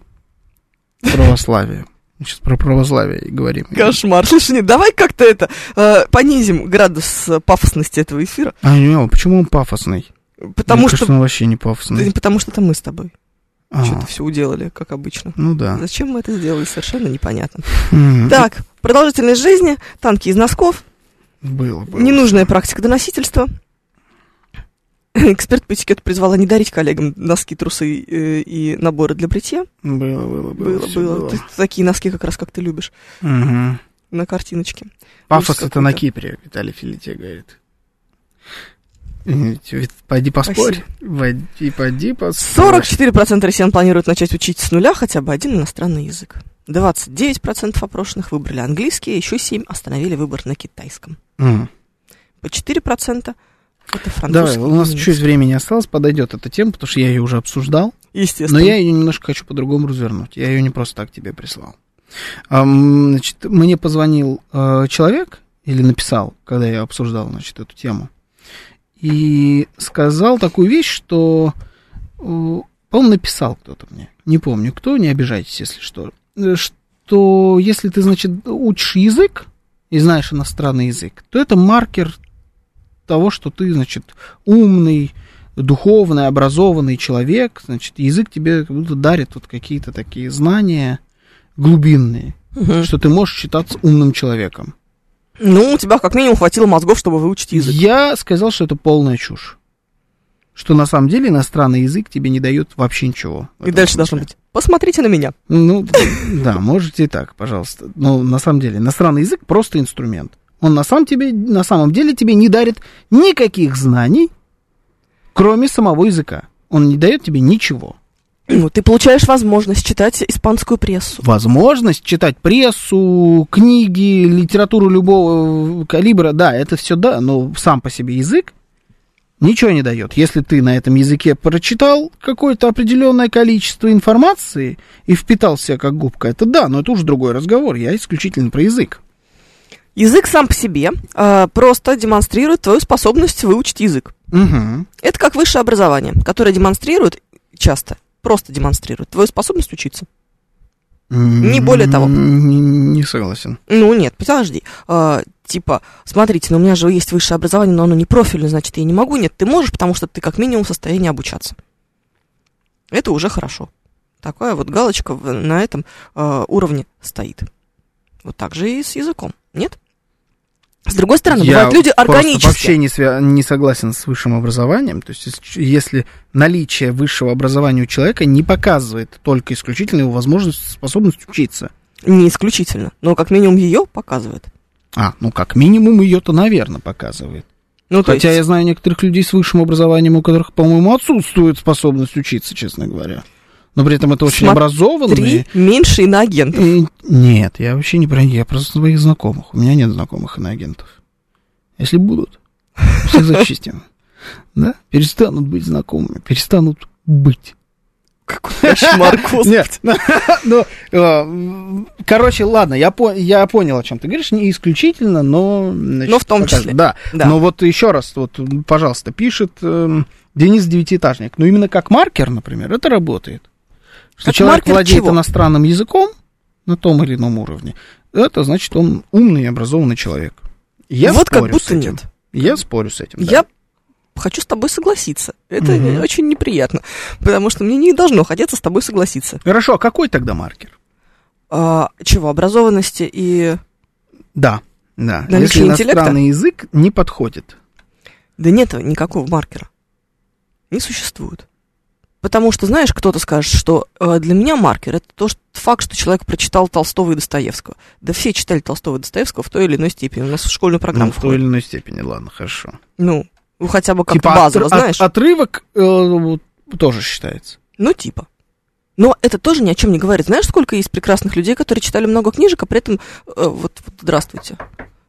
Православие. Сейчас про православие говорим.
Кошмар. Слушай, нет, давай как-то это э, понизим градус э, пафосности этого эфира.
А, не, почему он пафосный?
Потому
Мне
что.
кажется, он вообще не
да не
пафосный.
потому что это мы с тобой.
А,
Что-то все уделали, как обычно.
ну да.
Зачем мы это сделали, совершенно непонятно.
М,
Так, продолжительность жизни, танки из носков,
Было, было.
ненужная практика доносительства. Эксперт по этикету призвала не дарить коллегам носки, трусы э, и наборы для бритья.
Было, было, было.
Было,
всё
было. Ну, Ты такие носки как раз как ты любишь
Мгм.
на картиночке.
Пафос
Ужас
это на
какой-то.
Кипре, Виталий Филите говорит. Извините, Вит, Пойди поспорь. Пойди, пойди поспорь.
44% россиян планируют начать учить с нуля хотя бы один иностранный язык. 29% опрошенных выбрали английский, еще 7% остановили выбор на китайском.
М.
По 4% это
Давай,
французский.
у нас
и
чуть времени осталось, подойдет эта тема, потому что я ее уже обсуждал.
Естественно.
Но я ее немножко хочу по-другому развернуть. Я ее не просто так тебе прислал. Ам, Значит, мне позвонил э, человек или написал, когда я обсуждал, значит, эту тему, и сказал такую вещь, что, э, по-моему, написал кто-то мне, не помню кто, не обижайтесь, если что, э, что если ты, значит, учишь язык и знаешь иностранный язык, то это маркер того, что ты, значит, умный, духовный, образованный человек, значит, язык тебе как будто дарит вот какие-то такие знания глубинные,
Мгм.
что ты можешь считаться умным человеком.
Ну, у тебя как минимум хватило мозгов, чтобы выучить язык.
Я сказал, что это полная чушь. Что на самом деле иностранный язык тебе не дает вообще ничего. в
И
этом
дальше
смысле.
должно быть. Посмотрите на меня.
Ну, да, можете и так, пожалуйста. Но на самом деле иностранный язык просто инструмент. Он на самом, тебе, на самом деле тебе не дарит никаких знаний, кроме самого языка. Он не дает тебе ничего.
Ну, ты получаешь возможность читать испанскую прессу.
возможность читать прессу, книги, литературу любого э, калибра, да, это все да, но сам по себе язык ничего не дает. Если ты на этом языке прочитал какое-то определенное количество информации и впитал в себя как губка, это да, но это уже другой разговор, я исключительно про язык.
Язык сам по себе э, просто демонстрирует твою способность выучить язык.
Угу.
Это как высшее образование, которое демонстрирует часто, просто демонстрирует твою способность учиться.
Не
более того.
Не, не согласен.
Ну нет, подожди. А, типа, смотрите, ну у меня же есть высшее образование, но оно не профильное, значит, я не могу. Нет, ты можешь, потому что ты как минимум в состоянии обучаться. Это уже хорошо. Такая вот галочка в- на этом э, уровне стоит. Вот так же и с языком, нет? С другой стороны,
Я
бывают люди
просто
органически.
вообще не, свя- не согласен с высшим образованием. То есть, ис- если наличие высшего образования у человека не показывает только исключительно его возможность, способность учиться.
Не исключительно, но как минимум ее показывает.
А, ну как минимум ее-то, наверное, показывает.
Ну, то
Хотя
есть-
я знаю некоторых людей с высшим образованием, у которых, по-моему, отсутствует способность учиться, честно говоря. Но при этом это очень
Смотри.
образованные.
Три меньше иноагента.
И- Нет, я вообще не про них, я просто своих знакомых. У меня нет знакомых иноагентов. Если будут, всех зачистим. Да? Перестанут быть знакомыми, перестанут быть.
Какой кошмар, господи.
Нет, ну, ну, э, короче, ладно, я, по- я понял, о чем ты говоришь, не исключительно, но... значит,
Но в том
покажет.
числе.
Да,
Да.
но вот еще раз, вот, м, пожалуйста, пишет эм, Денис Девятиэтажник. Ну, именно как маркер, например, это работает. Что
Как
человек
маркер
владеет
чего?
иностранным языком на том или ином уровне, это значит, он умный и образованный человек. Я
вот как
спорю с
будто
этим.
нет.
Я спорю с этим. да.
Я хочу с тобой согласиться. Это
Мгм.
очень неприятно, потому что мне не должно хотеться с тобой согласиться.
Хорошо, а какой тогда маркер?
А, чего, образованности и...
Да, да. Если
Наличие интеллекта?
иностранный язык не подходит.
Да нет никакого маркера. Не существует. Потому что, знаешь, кто-то скажет, что э, для меня маркер это тот факт, что человек прочитал Толстого и Достоевского. Да все читали Толстого и Достоевского в той или иной степени. У нас в школьную
Ну,
программу
в той
входит.
или иной степени, ладно, хорошо.
Ну, ну, хотя бы как
Типа
базово,
отр- от-
знаешь?
отрывок э, вот, тоже считается.
Ну, типа. Но это тоже ни о чем не говорит. Знаешь, сколько есть прекрасных людей, которые читали много книжек, а при этом... э, вот, вот, здравствуйте.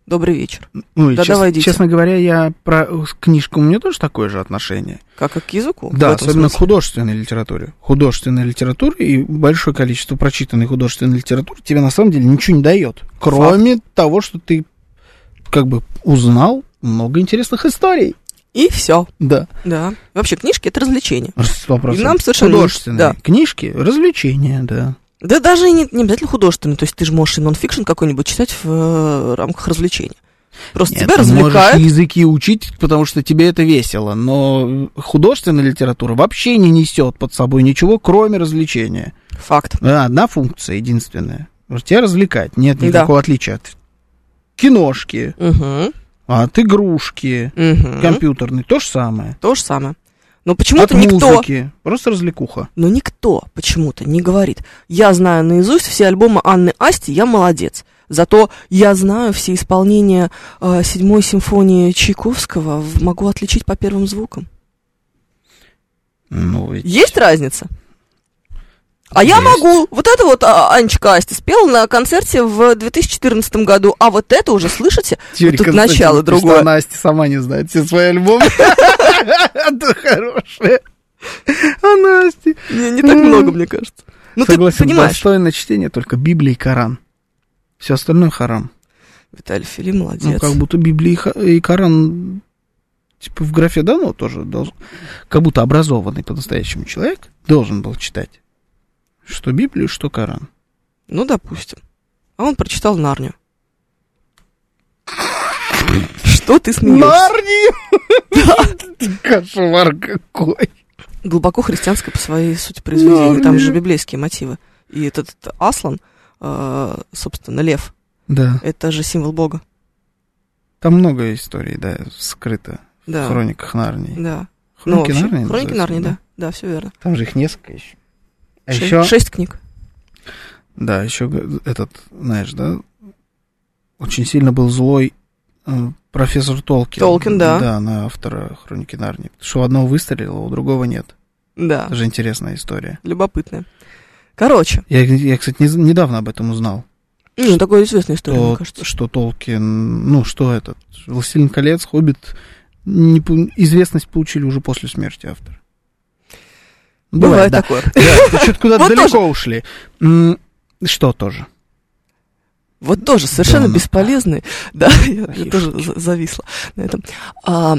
Добрый вечер.
Ну, и
Да
чес-
давай, идите.
честно говоря, я про э, с- книжку, у меня тоже такое же отношение.
Как и к языку. в
да,
этом
особенно к
смысле.
художественной литературе. Художественная литература и большое количество прочитанной художественной литературы тебе на самом деле ничего не дает. Кроме того, что ты как бы узнал много интересных историй.
И все.
Да.
Да. Вообще, книжки — это развлечение.
Раз- Вопрос.
И нам совершенно не-
Художественные
да.
книжки, развлечения, да.
Да даже и не, не обязательно художественный, то есть ты же можешь и нонфикшн какой-нибудь читать в э, рамках развлечения. Просто
Нет,
тебя
ты можешь
развлекает.
языки учить, потому что тебе это весело, но э, художественная литература вообще не несет под собой ничего, кроме развлечения.
Факт.
Да, Э, одна функция единственная. Может, Тебя развлекать. Нет
Да.
никакого отличия от киношки,
Угу.
от игрушки компьютерной. То же самое.
То же самое. Но почему-то
от
Ну, никто,
музыки. Просто развлекуха.
но никто почему-то не говорит. Я знаю наизусть все альбомы Анны Асти, я молодец. Зато я знаю все исполнения э, седьмой симфонии Чайковского, в- могу отличить по первым звукам.
Ну, ведь-
Есть разница? А я
Есть.
могу. Вот это вот а, Анечка Асти спела на концерте в 2014 году, а вот это уже слышите?
Юрий
тут
Константинович
начало
пишет,
другое.
что Настя сама не знает все свои альбомы. Да хорошая. А Настя.
Не, не так много, мне кажется. Ну ты
Согласен,
понимаешь.
достойное чтение только Библия и Коран. Все остальное харам.
Виталий Филим
Ну,
молодец.
как будто Библия и Ха- и Коран, типа, в графе дано тоже должен... Как будто образованный по-настоящему человек должен был читать. Что Библию, что Коран.
Ну, допустим. А он прочитал Нарнию. Что ты
Ну,
смеешься?
Нарни! Кошмар какой!
Глубоко христианское по своей сути произведение. Там
Нарния.
же библейские мотивы. И этот Аслан, э, собственно, лев,
Да,
это же символ Бога.
там много историй, да, скрыто в
Да.
хрониках Нарнии.
Да. Ну,
Хроники
вообще,
Нарнии?
Хроники
называются,
Нарнии, да. Да, все верно.
Там же их несколько еще. А
Ше-
еще...
Шесть книг.
Да, еще г- этот, знаешь, да, очень сильно был злой э, профессор Толкин.
Толкин, да.
Да, на автора «Хроники Нарнии». Потому что у одного выстрелило, у другого нет.
Да,
Это же интересная история.
любопытная. Короче,
Я, я кстати, не з- недавно об этом узнал.
ну, такая известная история, мне
То,
кажется.
что Толкин, ну, что этот, «Властелин колец», «Хоббит», не пу- известность получили уже после смерти автора.
Бывает
да.
такое.
Что-то куда-то
Вот
далеко
тоже.
ушли. М, Что тоже?
Вот тоже совершенно
Да,
бесполезный. Да, я, я
Ай,
тоже за- зависла на этом. А,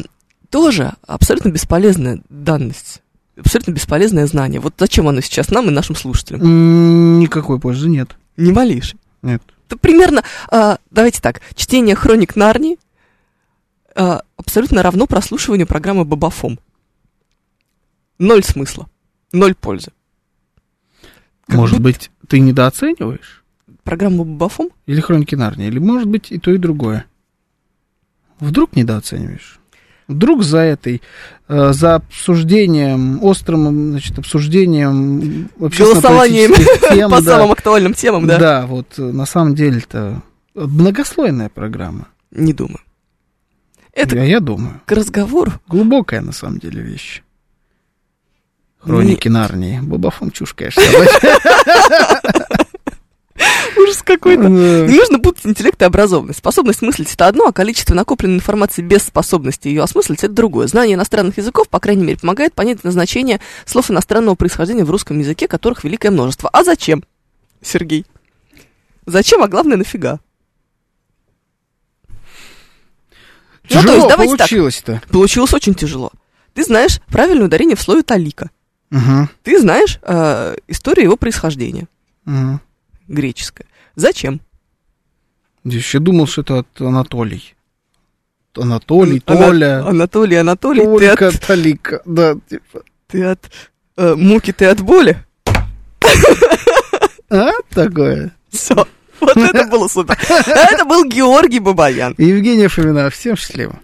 тоже абсолютно бесполезная данность. Абсолютно бесполезное знание. Вот зачем оно сейчас нам и нашим слушателям?
М, Никакой пользы нет.
Не малейшей.
Нет.
Это примерно, а, давайте так, чтение хроник Нарнии а, абсолютно равно прослушиванию программы Бабафом. Ноль смысла, ноль пользы. Как
Может
будто-
быть, ты недооцениваешь?
Программа Бабафом?
Или хроники Нарнии? Или, может быть, и то, и другое. Вдруг недооцениваешь? Вдруг за этой, э, за обсуждением, острым, значит, обсуждением
Голосованием
общественно-политических тем,
По
да.
самым актуальным темам, да?
Да, вот э, на самом деле-то многослойная программа.
Не думаю. Это
Я, я думаю.
к разговору
Глубокая, на самом деле, вещь. Хроники Нарнии. Бабафом чушь, конечно. собачья.
Ужас какой-то.
Да.
Не нужно путать интеллект и образованность. Способность мыслить это одно, а количество накопленной информации без способности ее осмыслить это другое. Знание иностранных языков, по крайней мере, помогает понять назначение слов иностранного происхождения в русском языке, которых великое множество. А зачем, Сергей? Зачем, а главное, нафига? Ну, то есть,
Тяжело
давайте так.
получилось-то.
Получилось очень тяжело. Ты знаешь правильное ударение в слове «талика».
Мгм.
Ты знаешь э, историю его происхождения,
Мгм.
греческое. Зачем?
Я еще думал, что это от Анатолий. Анатолий, Толя,
Ана- Анатолий, Анатолий, ты
Толька,
от-
Толика. Да, типа.
ты от э, муки, ты от боли.
А, такое.
Все. Вот А это было супер. Это был Георгий Бабаян.
Евгения Фомина, всем счастливо.